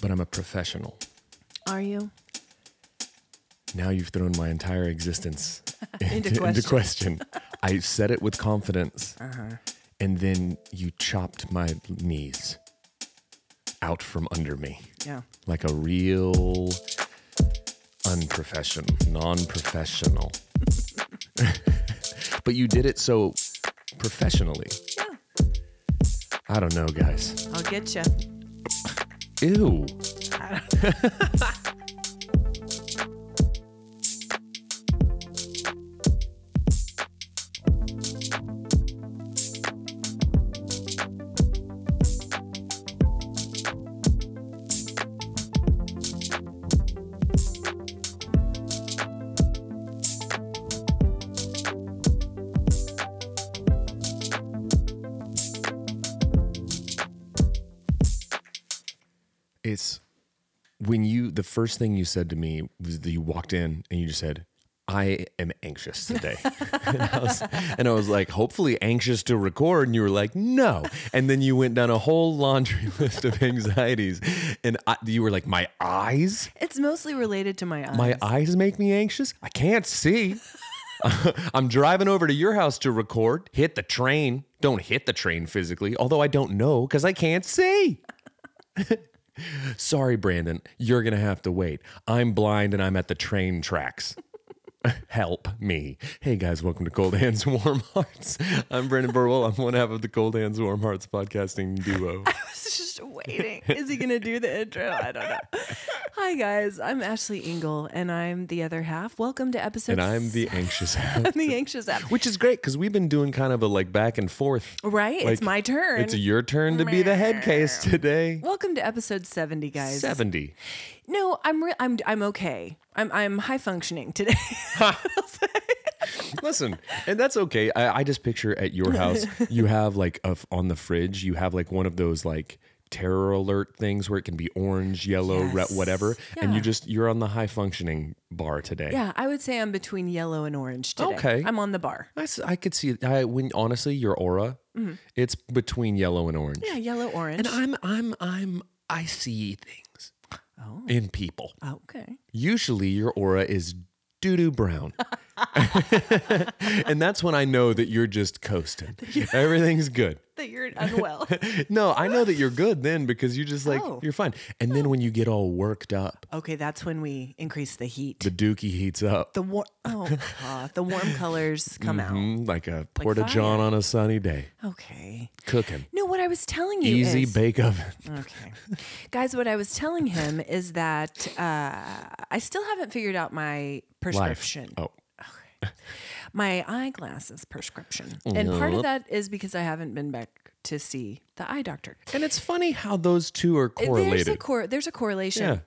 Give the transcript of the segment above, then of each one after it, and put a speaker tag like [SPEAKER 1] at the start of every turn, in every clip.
[SPEAKER 1] but I'm a professional.
[SPEAKER 2] Are you?
[SPEAKER 1] Now you've thrown my entire existence
[SPEAKER 2] Into
[SPEAKER 1] into, into question. I said it with confidence, and then you chopped my knees out from under me
[SPEAKER 2] Yeah.
[SPEAKER 1] like a real unprofessional, non professional. but you did it so professionally.
[SPEAKER 2] Yeah.
[SPEAKER 1] I don't know, guys.
[SPEAKER 2] I'll get you.
[SPEAKER 1] Ew. It's when you, the first thing you said to me was that you walked in and you just said, I am anxious today. and, I was, and I was like, hopefully anxious to record. And you were like, no. And then you went down a whole laundry list of anxieties. And I, you were like, my eyes?
[SPEAKER 2] It's mostly related to my eyes.
[SPEAKER 1] My eyes make me anxious. I can't see. I'm driving over to your house to record. Hit the train. Don't hit the train physically, although I don't know because I can't see. Sorry, Brandon. You're going to have to wait. I'm blind and I'm at the train tracks. Help me. Hey guys, welcome to Cold Hands Warm Hearts. I'm Brandon Burwell. I'm one half of the Cold Hands Warm Hearts podcasting duo.
[SPEAKER 2] I was just waiting. Is he going to do the intro? I don't know. Hi, guys. I'm Ashley Engel, and I'm the other half. Welcome to episode
[SPEAKER 1] And I'm the anxious half.
[SPEAKER 2] I'm the anxious half.
[SPEAKER 1] Which is great because we've been doing kind of a like back and forth.
[SPEAKER 2] Right?
[SPEAKER 1] Like,
[SPEAKER 2] it's my turn.
[SPEAKER 1] It's your turn to be the head case today.
[SPEAKER 2] Welcome to episode 70, guys.
[SPEAKER 1] 70.
[SPEAKER 2] No, I'm re- I'm I'm okay. I'm I'm high functioning today.
[SPEAKER 1] Listen, and that's okay. I, I just picture at your house, you have like a, on the fridge, you have like one of those like terror alert things where it can be orange, yellow, red,
[SPEAKER 2] Yes.
[SPEAKER 1] whatever. And
[SPEAKER 2] Yeah.
[SPEAKER 1] you just, you're on the high functioning bar today.
[SPEAKER 2] yeah, I would say I'm between yellow and orange today.
[SPEAKER 1] Okay.
[SPEAKER 2] I'm on the bar.
[SPEAKER 1] I, s- I could see it. I, when honestly, your aura, it's between yellow and orange.
[SPEAKER 2] Mm-hmm. Yeah, yellow orange.
[SPEAKER 1] And I'm, I'm, I'm, I see things
[SPEAKER 2] Oh.
[SPEAKER 1] in people.
[SPEAKER 2] okay.
[SPEAKER 1] usually your aura is doo doo brown. and that's when I know that you're just coasting. Everything's good.
[SPEAKER 2] That you're unwell.
[SPEAKER 1] No, I know that you're good then because you just like,
[SPEAKER 2] Oh.
[SPEAKER 1] you're fine. And then when you get all worked up,
[SPEAKER 2] okay, that's when we increase the heat.
[SPEAKER 1] the dookie heats up.
[SPEAKER 2] the warm oh God, the warm colors come
[SPEAKER 1] Mm, like a
[SPEAKER 2] Like
[SPEAKER 1] porta
[SPEAKER 2] fire.
[SPEAKER 1] john on a sunny day,
[SPEAKER 2] out. Okay.
[SPEAKER 1] cooking.
[SPEAKER 2] No, what I was telling you
[SPEAKER 1] Easy
[SPEAKER 2] is
[SPEAKER 1] bake oven.
[SPEAKER 2] okay, guys. What I was telling him is that uh, I still haven't figured out my
[SPEAKER 1] Life.
[SPEAKER 2] prescription,
[SPEAKER 1] Oh,
[SPEAKER 2] my eyeglasses prescription, and part of that is because I haven't been back to see the eye doctor.
[SPEAKER 1] and it's funny how those two are
[SPEAKER 2] There's a
[SPEAKER 1] correlated.
[SPEAKER 2] cor- there's a correlation.
[SPEAKER 1] Yeah.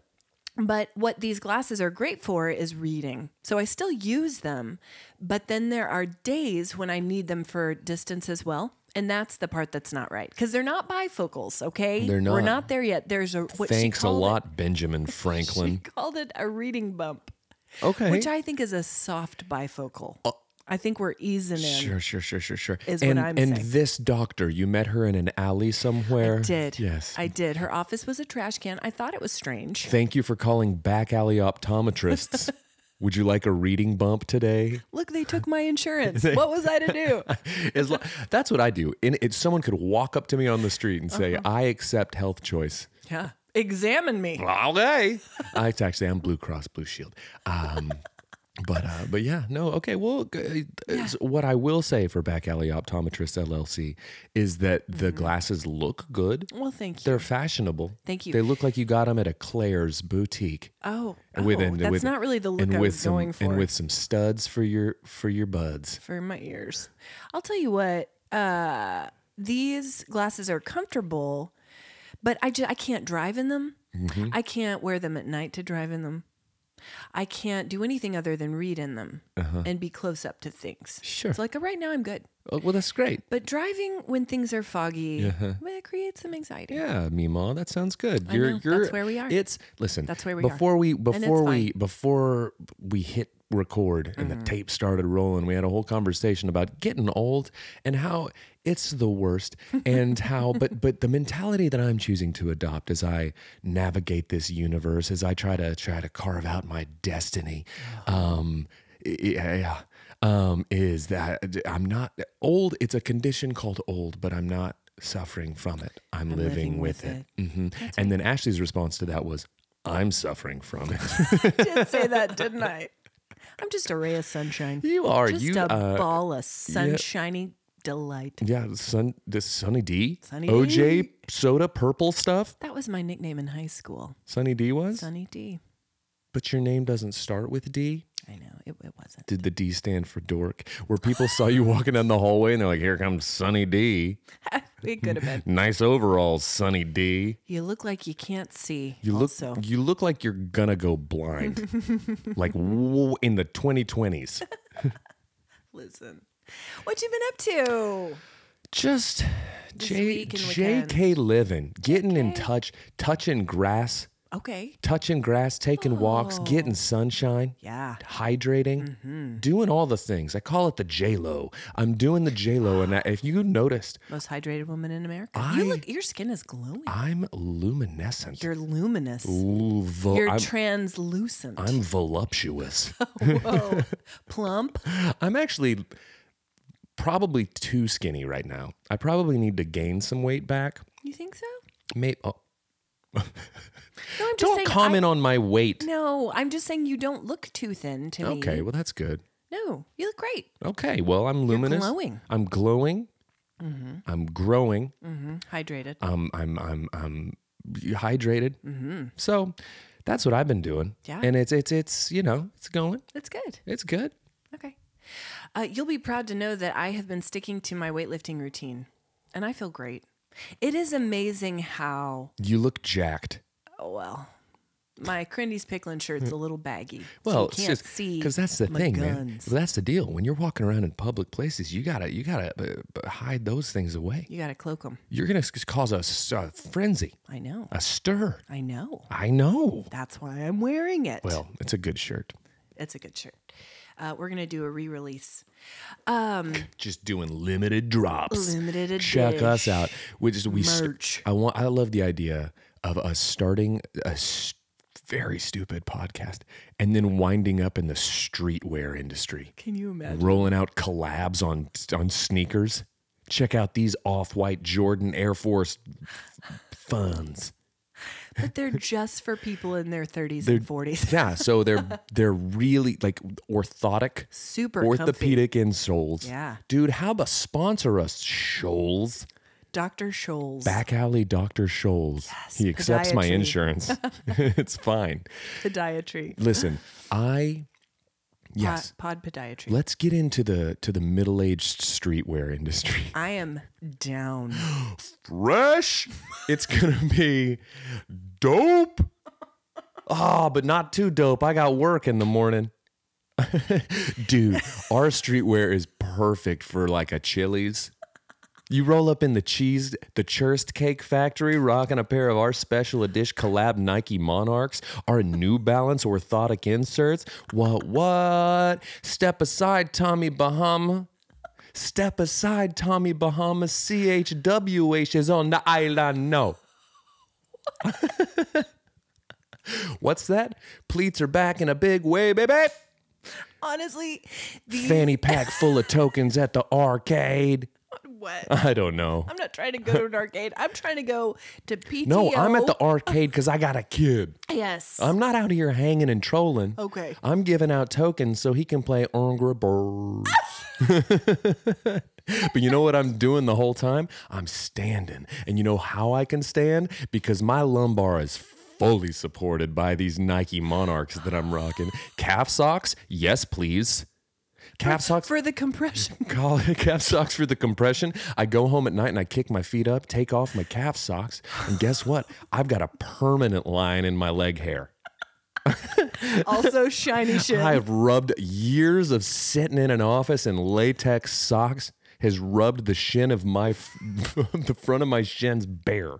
[SPEAKER 2] But what these glasses are great for is reading. So I still use them, but then there are days when I need them for distance as well. And that's the part that's not right because they're not bifocals, okay?
[SPEAKER 1] They're
[SPEAKER 2] We're
[SPEAKER 1] not.
[SPEAKER 2] not there yet. There's a what she
[SPEAKER 1] Thanks a
[SPEAKER 2] called
[SPEAKER 1] lot, Benjamin
[SPEAKER 2] It, she
[SPEAKER 1] Franklin.
[SPEAKER 2] called it a reading bump,
[SPEAKER 1] Okay.
[SPEAKER 2] which I think is a soft bifocal.
[SPEAKER 1] Oh.
[SPEAKER 2] I think we're easing in.
[SPEAKER 1] Sure, sure, sure, sure, sure.
[SPEAKER 2] is what
[SPEAKER 1] and,
[SPEAKER 2] I'm
[SPEAKER 1] and
[SPEAKER 2] saying.
[SPEAKER 1] this doctor, you met her in an alley somewhere.
[SPEAKER 2] Did
[SPEAKER 1] Yes.
[SPEAKER 2] I did. Her office was a trash can. I thought it was strange.
[SPEAKER 1] Thank you for calling back alley optometrists. Would you like a reading bump today?
[SPEAKER 2] Look, they took my insurance. what was I to do?
[SPEAKER 1] As lo- that's what I do. And if someone could walk up to me on the street and
[SPEAKER 2] Uh-huh.
[SPEAKER 1] say, "I accept health choice."
[SPEAKER 2] Yeah. Examine me.
[SPEAKER 1] Okay. I it's actually I'm Blue Cross Blue Shield. Um, but uh, but yeah, no, okay. Well, g- uh, s- what I will say for Back Alley Optometrist LLC is that
[SPEAKER 2] Mm-hmm.
[SPEAKER 1] the glasses look good.
[SPEAKER 2] Well, thank you.
[SPEAKER 1] They're fashionable.
[SPEAKER 2] Thank you.
[SPEAKER 1] They look like you got them at a Claire's boutique.
[SPEAKER 2] Oh,
[SPEAKER 1] And with-
[SPEAKER 2] oh,
[SPEAKER 1] and
[SPEAKER 2] that's
[SPEAKER 1] with-
[SPEAKER 2] not really the look
[SPEAKER 1] and
[SPEAKER 2] I
[SPEAKER 1] with
[SPEAKER 2] was
[SPEAKER 1] some,
[SPEAKER 2] going for
[SPEAKER 1] And with some studs for your for your buds.
[SPEAKER 2] for my ears. I'll tell you what, uh, these glasses are comfortable, but I just I can't drive in them.
[SPEAKER 1] Mm-hmm.
[SPEAKER 2] I can't wear them at night to drive in them. I can't do anything other than read in them and be close up to things.
[SPEAKER 1] Uh-huh. Sure.
[SPEAKER 2] So like uh, right now I'm good.
[SPEAKER 1] Oh, well, that's great.
[SPEAKER 2] But driving when things are foggy,
[SPEAKER 1] Uh-huh.
[SPEAKER 2] well, it creates some anxiety.
[SPEAKER 1] Yeah, Mima, that sounds good.
[SPEAKER 2] I know. That's where we are.
[SPEAKER 1] It's listen.
[SPEAKER 2] That's where we are.
[SPEAKER 1] before we
[SPEAKER 2] it's
[SPEAKER 1] before we before we hit record and
[SPEAKER 2] Mm.
[SPEAKER 1] the tape started rolling, we had a whole conversation about getting old and how it's the worst and how but but the mentality that I'm choosing to adopt as I navigate this universe as I try to try to carve out my destiny.
[SPEAKER 2] Oh.
[SPEAKER 1] Um y- yeah, yeah. Um, is that I'm not old. It's a condition called old, but I'm not suffering from it. I'm, living, with, it. hmm And then Ashley's response to that was, I'm suffering from it.
[SPEAKER 2] I did say that, didn't I? I'm just a ray of sunshine.
[SPEAKER 1] you are.
[SPEAKER 2] just
[SPEAKER 1] you,
[SPEAKER 2] a
[SPEAKER 1] uh,
[SPEAKER 2] ball of sunshiny delight.
[SPEAKER 1] yeah, Sun, this Sunny D,
[SPEAKER 2] Sunny
[SPEAKER 1] OJ, soda, purple stuff.
[SPEAKER 2] That was my nickname in high school,
[SPEAKER 1] Sunny D was?
[SPEAKER 2] Sunny D.
[SPEAKER 1] But your name doesn't start with D.
[SPEAKER 2] I know it, it wasn't.
[SPEAKER 1] Did the D stand for dork? Where people saw you walking down the hallway and they're like, here comes Sunny D.
[SPEAKER 2] It could have been.
[SPEAKER 1] Nice overalls, Sunny D.
[SPEAKER 2] You look like you can't see.
[SPEAKER 1] You look
[SPEAKER 2] also.
[SPEAKER 1] you look like you're gonna go blind. like w- in the 2020s.
[SPEAKER 2] Listen, what you been up to?
[SPEAKER 1] Just J-
[SPEAKER 2] week and weekend.
[SPEAKER 1] JK living, getting in touch, touching grass,
[SPEAKER 2] Okay.
[SPEAKER 1] touching grass, taking walks,
[SPEAKER 2] Oh.
[SPEAKER 1] getting sunshine.
[SPEAKER 2] Yeah.
[SPEAKER 1] Hydrating,
[SPEAKER 2] Mm-hmm.
[SPEAKER 1] doing all the things. I call it the J Lo. I'm doing the J Lo, and I, if you noticed,
[SPEAKER 2] Most hydrated woman in America.
[SPEAKER 1] I-
[SPEAKER 2] you look. Your skin is glowing.
[SPEAKER 1] I'm luminescent.
[SPEAKER 2] You're luminous.
[SPEAKER 1] Ooh, vo-
[SPEAKER 2] You're
[SPEAKER 1] I'm,
[SPEAKER 2] translucent.
[SPEAKER 1] I'm voluptuous.
[SPEAKER 2] Whoa. Plump.
[SPEAKER 1] I'm actually probably too skinny right now. I probably need to gain some weight back.
[SPEAKER 2] You think so?
[SPEAKER 1] May- oh,
[SPEAKER 2] No, I'm just
[SPEAKER 1] don't
[SPEAKER 2] saying. I-
[SPEAKER 1] comment on my weight.
[SPEAKER 2] no, I'm just saying you don't look too thin to me.
[SPEAKER 1] Okay, well that's good.
[SPEAKER 2] No, you look great.
[SPEAKER 1] Okay, well I'm luminous.
[SPEAKER 2] glowing. Mm-hmm.
[SPEAKER 1] I'm glowing. I'm growing.
[SPEAKER 2] Hydrated.
[SPEAKER 1] Um, I'm I'm I'm hydrated. So that's what I've been doing.
[SPEAKER 2] Mm-hmm. Yeah.
[SPEAKER 1] And it's it's it's you know it's going.
[SPEAKER 2] That's good.
[SPEAKER 1] It's good.
[SPEAKER 2] Okay. Uh, you'll be proud to know that I have been sticking to my weightlifting routine, and I feel great. It is amazing how
[SPEAKER 1] You look jacked.
[SPEAKER 2] oh well, my Crindy's Picklin shirt's a little baggy.
[SPEAKER 1] Well,
[SPEAKER 2] so you can't
[SPEAKER 1] it's just
[SPEAKER 2] see
[SPEAKER 1] because that's the
[SPEAKER 2] my
[SPEAKER 1] thing, man.
[SPEAKER 2] guns.
[SPEAKER 1] That's the deal. When you're walking around in public places, you gotta you gotta uh, b- hide those things away.
[SPEAKER 2] You got to cloak them.
[SPEAKER 1] You're gonna s- cause a, s- a frenzy,
[SPEAKER 2] I know.
[SPEAKER 1] a stir.
[SPEAKER 2] I know.
[SPEAKER 1] I know.
[SPEAKER 2] That's why I'm wearing it.
[SPEAKER 1] Well, it's a good shirt.
[SPEAKER 2] it's a good shirt. Uh, we're gonna do a re-release.
[SPEAKER 1] Just doing limited drops.
[SPEAKER 2] Limited
[SPEAKER 1] Check us
[SPEAKER 2] edition.
[SPEAKER 1] out. We just we st-
[SPEAKER 2] Merch.
[SPEAKER 1] I want. I love the idea of us starting a s- very stupid podcast and then winding up in the streetwear industry.
[SPEAKER 2] Can you imagine?
[SPEAKER 1] rolling out collabs on on sneakers. Check out these off-white Jordan Air Force funds.
[SPEAKER 2] But they're just for people in their 30s and 40s.
[SPEAKER 1] Yeah, so they're they're really like orthotic,
[SPEAKER 2] Super comfy.
[SPEAKER 1] orthopedic insoles.
[SPEAKER 2] Yeah.
[SPEAKER 1] dude, how about sponsor us, Shoals?
[SPEAKER 2] Dr. Scholl's
[SPEAKER 1] Back alley Doctor Shoals. he accepts my
[SPEAKER 2] podiatry.
[SPEAKER 1] insurance. it's fine.
[SPEAKER 2] podiatry.
[SPEAKER 1] Listen, I yes.
[SPEAKER 2] Pod, pod podiatry.
[SPEAKER 1] Let's get into the to the middle-aged streetwear industry.
[SPEAKER 2] I am down.
[SPEAKER 1] fresh. It's gonna be dope. Ah, but not too dope. I got work in the morning. Dude, our streetwear is perfect for like a Chili's. You roll up in the cheese, the Churst Cake Factory, rocking a pair of our special edition collab Nike Monarchs, our New Balance orthotic inserts. What, what? Step aside, Tommy Bahama. Step aside, Tommy Bahama. CHWH is on the island. No. What's that? Pleats are back in a big way, baby.
[SPEAKER 2] Honestly, these
[SPEAKER 1] Fanny pack full of tokens at the arcade.
[SPEAKER 2] what?
[SPEAKER 1] I don't know.
[SPEAKER 2] I'm not trying to go to an arcade. I'm trying to go to PTO.
[SPEAKER 1] No, I'm at the arcade because I got a kid.
[SPEAKER 2] yes.
[SPEAKER 1] I'm not out here hanging and trolling.
[SPEAKER 2] Okay.
[SPEAKER 1] I'm giving out tokens so he can play Angry Birds. but you know what I'm doing the whole time? I'm standing. And you know how I can stand? Because my lumbar is fully supported by these Nike Monarchs that I'm rocking. Calf socks? Yes, please. Calf socks
[SPEAKER 2] for the compression.
[SPEAKER 1] call calf socks for the compression. I go home at night and I kick my feet up, take off my calf socks, and guess what? I've got a permanent line in my leg hair.
[SPEAKER 2] Also shiny shit.
[SPEAKER 1] I have rubbed years of sitting in an office in latex socks has rubbed the shin of my, f- the front of my shins bare.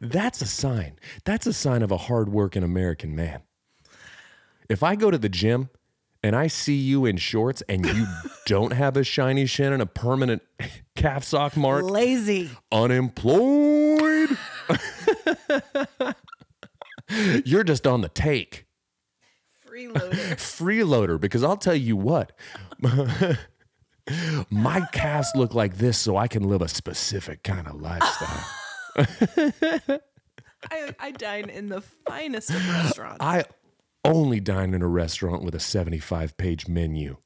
[SPEAKER 1] That's a sign. That's a sign of a hardworking American man. If I go to the gym and I see you in shorts and you don't have a shiny shin and a permanent calf sock mark,
[SPEAKER 2] Lazy.
[SPEAKER 1] unemployed. You're just on the take.
[SPEAKER 2] Freeloader.
[SPEAKER 1] Freeloader, because I'll tell you what, my calves look like this so I can live a specific kind of lifestyle.
[SPEAKER 2] I, I dine in the finest of restaurants.
[SPEAKER 1] I only dine in a restaurant with a 75 page menu,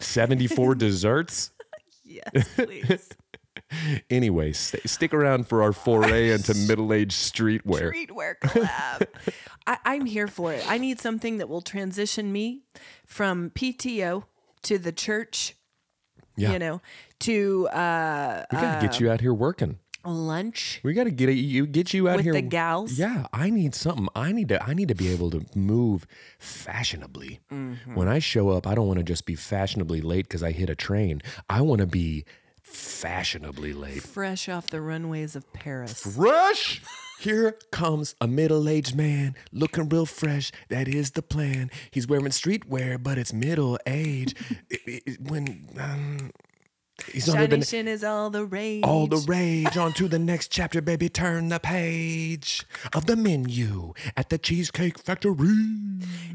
[SPEAKER 1] 74 desserts.
[SPEAKER 2] yes, please.
[SPEAKER 1] Anyway, st- stick around for our foray into middle aged streetwear.
[SPEAKER 2] Streetwear collab. I, I'm here for it. I need something that will transition me from PTO to the church,
[SPEAKER 1] Yeah.
[SPEAKER 2] you know, to uh,
[SPEAKER 1] We gotta get you out here working.
[SPEAKER 2] lunch.
[SPEAKER 1] We got to get you get you out
[SPEAKER 2] With
[SPEAKER 1] here
[SPEAKER 2] the gals?
[SPEAKER 1] Yeah, I need something. I need to. I need to be able to move fashionably.
[SPEAKER 2] Mm-hmm.
[SPEAKER 1] When I show up, I don't want to just be fashionably late because I hit a train. I want to be fashionably late.
[SPEAKER 2] Fresh off the runways of Paris.
[SPEAKER 1] Rush! Here comes a middle-aged man looking real fresh. That is the plan. He's wearing streetwear, but it's middle age. It- it- when um, he's on the
[SPEAKER 2] Shiny Shin is all the rage.
[SPEAKER 1] all the rage. On to the next chapter, baby. Turn the page of the menu at the Cheesecake Factory.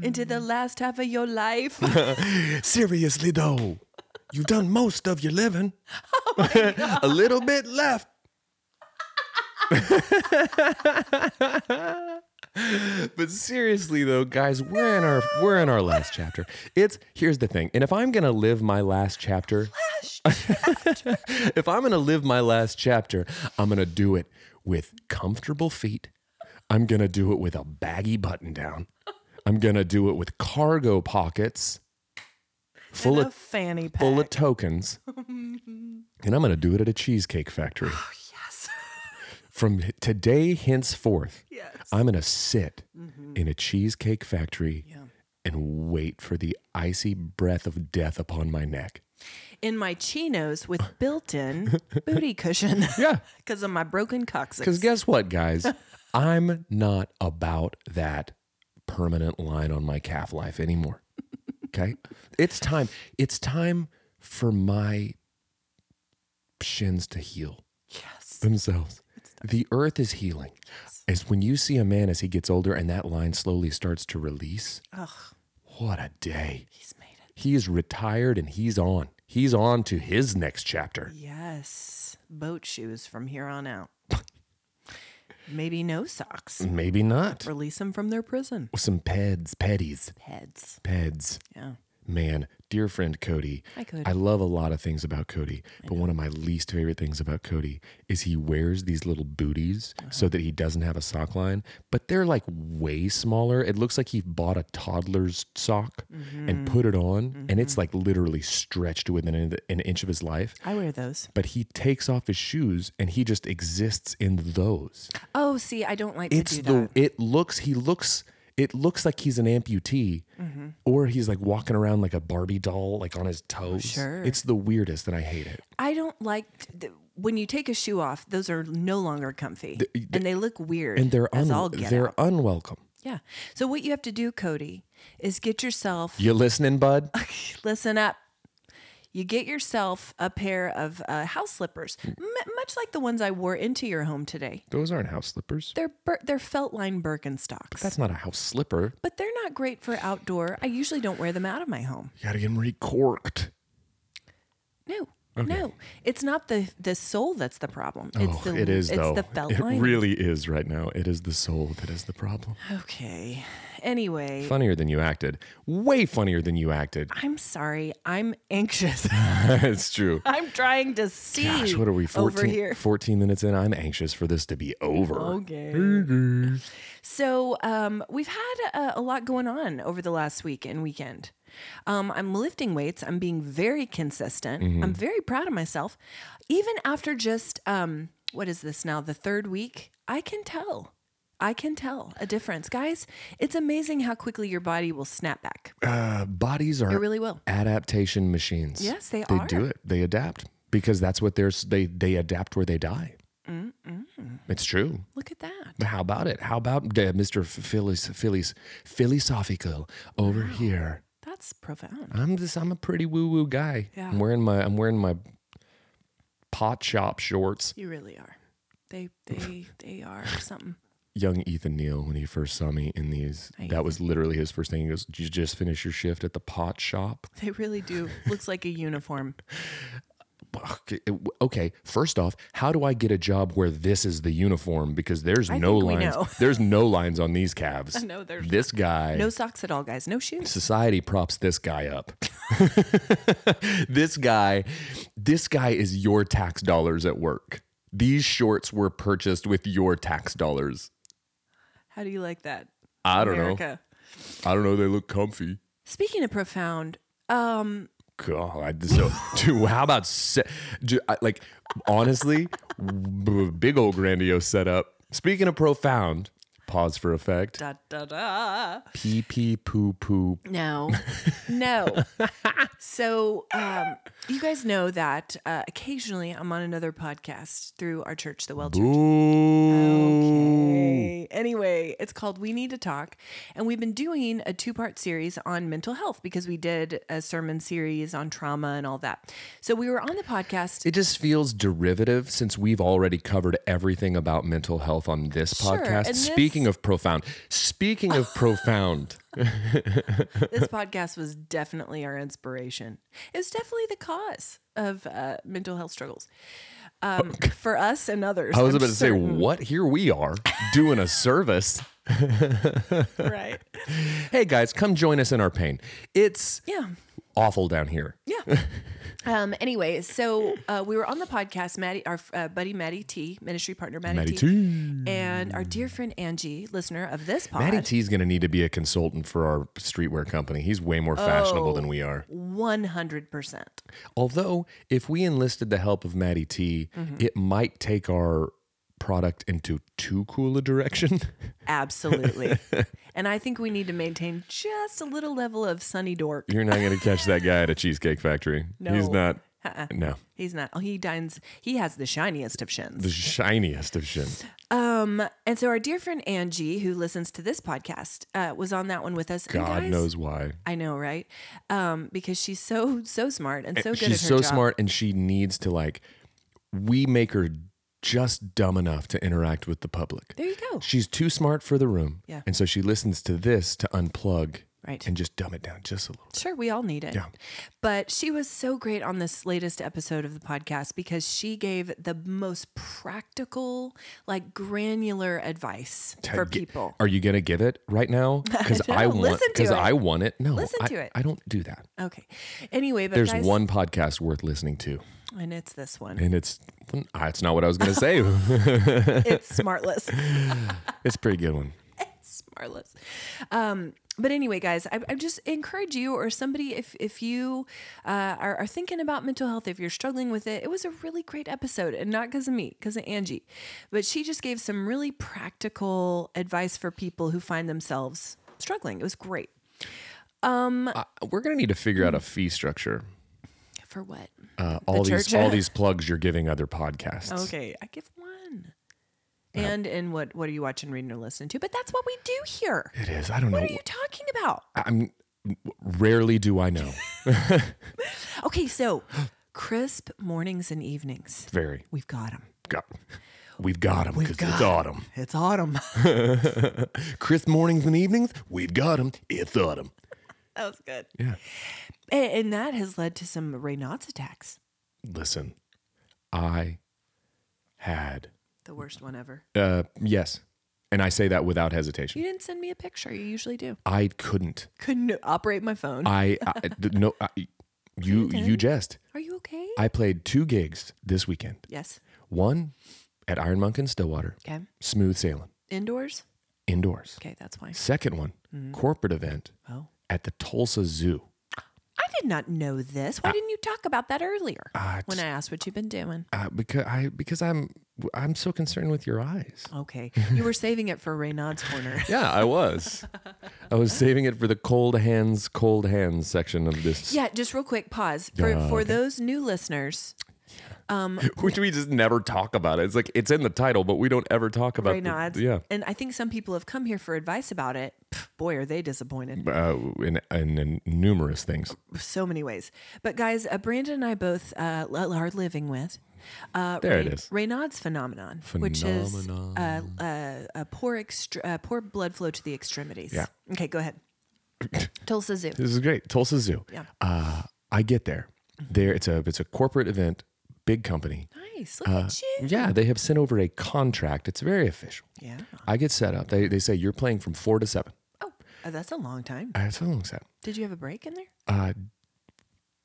[SPEAKER 2] into the last half of your life.
[SPEAKER 1] Seriously, though, you've done most of your living. A little bit left. but seriously though, guys, we're in our we're in our last chapter. It's here's the thing. And if I'm gonna live my last chapter, if I'm gonna live my last chapter, I'm gonna do it with comfortable feet. I'm gonna do it with a baggy button down. I'm gonna do it with cargo pockets full
[SPEAKER 2] and a
[SPEAKER 1] of
[SPEAKER 2] fanny pack.
[SPEAKER 1] full of tokens. and I'm gonna do it at a cheesecake factory.
[SPEAKER 2] Oh, yes.
[SPEAKER 1] From today henceforth,
[SPEAKER 2] Yes. Mm-hmm.
[SPEAKER 1] I'm gonna sit in a cheesecake factory and wait for the icy breath of death upon my neck.
[SPEAKER 2] In my chinos with built-in booty cushion.
[SPEAKER 1] Yeah.
[SPEAKER 2] Because of my broken
[SPEAKER 1] Because
[SPEAKER 2] coccyx.
[SPEAKER 1] guess what, guys? I'm not about that permanent line on my calf life anymore. Okay? it's time. It's time for my shins to heal
[SPEAKER 2] Yes.
[SPEAKER 1] themselves. The earth is healing. As when you see a man as he gets older and that line slowly starts to release,
[SPEAKER 2] Ugh,
[SPEAKER 1] what a day.
[SPEAKER 2] he's made it.
[SPEAKER 1] He's retired and he's on. He's on to his next chapter.
[SPEAKER 2] Yes. Boat shoes from here on out. Maybe no socks.
[SPEAKER 1] Maybe not.
[SPEAKER 2] Release them from their prison.
[SPEAKER 1] Some peds, petties,
[SPEAKER 2] Heads.
[SPEAKER 1] peds.
[SPEAKER 2] Yeah.
[SPEAKER 1] man, dear friend Cody.
[SPEAKER 2] Hi, Cody.
[SPEAKER 1] I love a lot of things about Cody, but one of my least favorite things about Cody is he wears these little booties so that he doesn't have a sock line, but they're like way smaller. It looks like he bought a toddler's sock and put it on, and it's like literally stretched within an, an inch of his life.
[SPEAKER 2] I wear those.
[SPEAKER 1] But he takes off his shoes and he just exists in those.
[SPEAKER 2] Oh, see, I don't like
[SPEAKER 1] It's
[SPEAKER 2] to do
[SPEAKER 1] the
[SPEAKER 2] that.
[SPEAKER 1] it looks he looks it looks like he's an amputee
[SPEAKER 2] Mm-hmm.
[SPEAKER 1] or he's like walking around like a Barbie doll like on his toes.
[SPEAKER 2] Sure.
[SPEAKER 1] It's the weirdest and I hate it.
[SPEAKER 2] I don't like t- th- when you take a shoe off. Those are no longer comfy, and they look weird.
[SPEAKER 1] And they're
[SPEAKER 2] as
[SPEAKER 1] un-
[SPEAKER 2] all get
[SPEAKER 1] they're
[SPEAKER 2] out.
[SPEAKER 1] unwelcome.
[SPEAKER 2] Yeah. So what you have to do, Cody, is get yourself.
[SPEAKER 1] You listening, bud?
[SPEAKER 2] Listen up. You get yourself a pair of uh, house slippers,
[SPEAKER 1] Mm.
[SPEAKER 2] m- much like the ones I wore into your home today.
[SPEAKER 1] Those aren't house slippers.
[SPEAKER 2] They're bir- they're felt line Birkenstocks,
[SPEAKER 1] That's not a house slipper.
[SPEAKER 2] but they're not great for outdoor. I usually don't wear them out of my home.
[SPEAKER 1] You gotta get them recorked.
[SPEAKER 2] No. No, it's not the the sole that's the problem. It's
[SPEAKER 1] oh,
[SPEAKER 2] the,
[SPEAKER 1] it is
[SPEAKER 2] it's
[SPEAKER 1] though.
[SPEAKER 2] the felt
[SPEAKER 1] it
[SPEAKER 2] lining.
[SPEAKER 1] really is right now. It is the soul that is the problem.
[SPEAKER 2] Okay. Anyway,
[SPEAKER 1] Funnier than you acted. Way funnier than you acted.
[SPEAKER 2] I'm sorry. I'm anxious.
[SPEAKER 1] it's true.
[SPEAKER 2] I'm trying to see.
[SPEAKER 1] Gosh, what are we? 14,
[SPEAKER 2] over here?
[SPEAKER 1] 14 minutes in. I'm anxious for this to be over.
[SPEAKER 2] Okay. So um, we've had a, a lot going on over the last week and weekend. Um, I'm lifting weights. I'm being very consistent.
[SPEAKER 1] Mm-hmm.
[SPEAKER 2] I'm very proud of myself. Even after just um, what is this now? The third week, I can tell. I can tell a difference. Guys, it's amazing how quickly your body will snap back.
[SPEAKER 1] Uh, bodies are
[SPEAKER 2] It really will.
[SPEAKER 1] adaptation machines.
[SPEAKER 2] Yes, they
[SPEAKER 1] They
[SPEAKER 2] are.
[SPEAKER 1] do it. They adapt because that's what they're s- they they adapt where they die. It's true.
[SPEAKER 2] Look at that.
[SPEAKER 1] But how about it? How about uh, Mr. Phillies Phillies philosophical over here?
[SPEAKER 2] That's profound.
[SPEAKER 1] I'm just I'm a pretty woo woo guy.
[SPEAKER 2] Yeah.
[SPEAKER 1] I'm wearing my I'm wearing my pot shop shorts.
[SPEAKER 2] You really are. They they they are something.
[SPEAKER 1] Young Ethan Neal when he first saw me in these, that was literally his first thing. He goes, "Did you just finish your shift at the pot shop?"
[SPEAKER 2] They really do. Looks like a uniform.
[SPEAKER 1] Okay, okay, first off, how do I get a job where this is the uniform? Because there's no
[SPEAKER 2] think we
[SPEAKER 1] lines.
[SPEAKER 2] know.
[SPEAKER 1] There's no lines on these calves.
[SPEAKER 2] No, there's
[SPEAKER 1] this guy.
[SPEAKER 2] No socks at all, guys. No shoes.
[SPEAKER 1] Society props this guy up. this guy, this guy is your tax dollars at work. These shorts were purchased with your tax dollars.
[SPEAKER 2] How do you like that?
[SPEAKER 1] I don't know.
[SPEAKER 2] America.
[SPEAKER 1] I don't know. They look comfy.
[SPEAKER 2] Speaking of profound, um,
[SPEAKER 1] God, so dude, how about se- dude, I- like honestly, b- big old grandiose setup. Speaking of profound, pause for effect.
[SPEAKER 2] da da da.
[SPEAKER 1] Pee pee poo poo.
[SPEAKER 2] No, no. so, um, you guys know that uh, occasionally I'm on another podcast through our church, the Well Church.
[SPEAKER 1] Boo.
[SPEAKER 2] Okay. Anyway, it's called We Need to Talk. And we've been doing a two part series on mental health because we did a sermon series on trauma and all that. So we were on the podcast.
[SPEAKER 1] It just feels derivative since we've already covered everything about mental health on this
[SPEAKER 2] Sure,
[SPEAKER 1] podcast.
[SPEAKER 2] and
[SPEAKER 1] Speaking of profound, speaking of profound,
[SPEAKER 2] this podcast was definitely our inspiration. It was definitely the cause of uh, mental health struggles um, for us and others.
[SPEAKER 1] I was
[SPEAKER 2] I'm
[SPEAKER 1] about to say,
[SPEAKER 2] certain,
[SPEAKER 1] what? Here we are doing a service.
[SPEAKER 2] Right.
[SPEAKER 1] Hey guys, come join us in our pain. It's
[SPEAKER 2] Yeah.
[SPEAKER 1] awful down here.
[SPEAKER 2] Yeah. Um, anyway, so uh, we were on the podcast, Maddie, our uh, buddy Maddie T, ministry partner Maddie,
[SPEAKER 1] Maddie
[SPEAKER 2] T,
[SPEAKER 1] T.
[SPEAKER 2] and our dear friend Angie, listener of this pod.
[SPEAKER 1] Maddie T's going to need to be a consultant for our streetwear company. He's way more fashionable
[SPEAKER 2] Oh.
[SPEAKER 1] than we are.
[SPEAKER 2] 100%.
[SPEAKER 1] Although, if we enlisted the help of Maddie T,
[SPEAKER 2] Mm-hmm.
[SPEAKER 1] it might take our product into too cool a direction.
[SPEAKER 2] Absolutely. and I think we need to maintain just a little level of sunny dork.
[SPEAKER 1] You're not going to catch that guy at a cheesecake factory. He's
[SPEAKER 2] No. Uh-uh.
[SPEAKER 1] not. No.
[SPEAKER 2] He's not, oh, he dines, he has the shiniest of
[SPEAKER 1] The
[SPEAKER 2] shins.
[SPEAKER 1] shiniest of shins.
[SPEAKER 2] Um, and so our dear friend Angie, who listens to this podcast, uh, was on that one with us. And
[SPEAKER 1] God
[SPEAKER 2] guys,
[SPEAKER 1] knows why.
[SPEAKER 2] I know, right? Um, because she's so, so smart and so good
[SPEAKER 1] She's
[SPEAKER 2] at
[SPEAKER 1] so
[SPEAKER 2] her job.
[SPEAKER 1] smart and she needs to, like, we make her just dumb enough to interact with the public.
[SPEAKER 2] There you go.
[SPEAKER 1] She's too smart for the room.
[SPEAKER 2] Yeah.
[SPEAKER 1] And so she listens to this to unplug
[SPEAKER 2] Right.
[SPEAKER 1] and just dumb it down just a little.
[SPEAKER 2] Sure, we all need it.
[SPEAKER 1] Yeah.
[SPEAKER 2] But she was so great on this latest episode of the podcast because she gave the most practical, like granular advice for
[SPEAKER 1] Gi-
[SPEAKER 2] people.
[SPEAKER 1] Are you going to give it right now? Because I,
[SPEAKER 2] No,
[SPEAKER 1] want
[SPEAKER 2] listen to
[SPEAKER 1] Because
[SPEAKER 2] it.
[SPEAKER 1] I want it. No.
[SPEAKER 2] Listen
[SPEAKER 1] I,
[SPEAKER 2] to it.
[SPEAKER 1] I don't do that.
[SPEAKER 2] Okay. Anyway, but
[SPEAKER 1] There's
[SPEAKER 2] guys,
[SPEAKER 1] one podcast worth listening to,
[SPEAKER 2] and it's this one.
[SPEAKER 1] and it's ah, it's not what I was going to say.
[SPEAKER 2] It's Smartless.
[SPEAKER 1] it's a pretty good one.
[SPEAKER 2] Smartless. Um, but anyway, guys, I, I just encourage you or somebody if if you uh, are, are thinking about mental health, if you're struggling with it, it was a really great episode, and not because of me, because of Angie, but she just gave some really practical advice for people who find themselves struggling. It was great.
[SPEAKER 1] Uh, we're going to need to figure out a fee structure.
[SPEAKER 2] For what?
[SPEAKER 1] Uh, all these
[SPEAKER 2] church.
[SPEAKER 1] all these plugs you're giving other podcasts.
[SPEAKER 2] Okay, I give one. And in what what are you watching, reading, or listening to? But that's what we do here.
[SPEAKER 1] It is. I don't
[SPEAKER 2] Oh. What
[SPEAKER 1] know.
[SPEAKER 2] are you talking about?
[SPEAKER 1] I'm rarely do I know.
[SPEAKER 2] Okay, so crisp mornings and evenings.
[SPEAKER 1] Very.
[SPEAKER 2] We've got them.
[SPEAKER 1] Got, we've got them because it's
[SPEAKER 2] 'em.
[SPEAKER 1] autumn.
[SPEAKER 2] It's autumn.
[SPEAKER 1] Crisp mornings and evenings. We've got them. It's autumn.
[SPEAKER 2] That was good.
[SPEAKER 1] Yeah.
[SPEAKER 2] And, and that has led to some Raynaud's attacks.
[SPEAKER 1] Listen, I had
[SPEAKER 2] The worst one ever.
[SPEAKER 1] Uh, yes. And I say that without
[SPEAKER 2] You
[SPEAKER 1] hesitation.
[SPEAKER 2] didn't send me a picture. You usually do.
[SPEAKER 1] I couldn't.
[SPEAKER 2] Couldn't operate my phone.
[SPEAKER 1] I, I th- no. I, you you jest.
[SPEAKER 2] Are you okay?
[SPEAKER 1] I played two gigs this weekend.
[SPEAKER 2] yes.
[SPEAKER 1] One at Iron Monk in Stillwater,
[SPEAKER 2] Okay.
[SPEAKER 1] smooth sailing
[SPEAKER 2] Indoors?
[SPEAKER 1] indoors.
[SPEAKER 2] Okay, that's fine.
[SPEAKER 1] Second one, corporate event
[SPEAKER 2] Oh.
[SPEAKER 1] at the Tulsa Zoo.
[SPEAKER 2] I did not know this. Why didn't you talk about that earlier
[SPEAKER 1] Ah,
[SPEAKER 2] when I asked what you've been doing?
[SPEAKER 1] Uh, because I because I'm I'm so concerned with your eyes.
[SPEAKER 2] Okay. You were saving it for Raynaud's corner.
[SPEAKER 1] Yeah, I was. I was saving it for the cold hands, cold hands section of this,
[SPEAKER 2] yeah, just real quick pause. For
[SPEAKER 1] Yeah,
[SPEAKER 2] for
[SPEAKER 1] okay.
[SPEAKER 2] those new listeners,
[SPEAKER 1] which we just never talk about. It's like it's in the title, but we don't ever talk
[SPEAKER 2] Uh,
[SPEAKER 1] about. the-
[SPEAKER 2] Raynaud's,
[SPEAKER 1] yeah.
[SPEAKER 2] and I think some people have come here for advice about it. Pff, boy, are they disappointed.
[SPEAKER 1] Uh, in, in, in numerous things.
[SPEAKER 2] so many ways. But guys, uh, Brandon and I both uh, l- are living with uh,
[SPEAKER 1] There it is.
[SPEAKER 2] Raynaud's phenomenon, which is uh, uh, a poor extre- uh, poor blood flow to the extremities.
[SPEAKER 1] Yeah.
[SPEAKER 2] Okay, go ahead. Tulsa Zoo.
[SPEAKER 1] This is great. Tulsa Zoo.
[SPEAKER 2] Yeah.
[SPEAKER 1] Uh, I get there. There, it's a it's a corporate event, big company.
[SPEAKER 2] Nice.
[SPEAKER 1] Uh,
[SPEAKER 2] Look at you.
[SPEAKER 1] Yeah, they have sent over a contract. It's very official.
[SPEAKER 2] Yeah.
[SPEAKER 1] I get set up. They, they say you're playing from four to seven.
[SPEAKER 2] Oh, uh, that's a long time.
[SPEAKER 1] I said, "Long set."
[SPEAKER 2] Did you have a break in there?
[SPEAKER 1] Uh,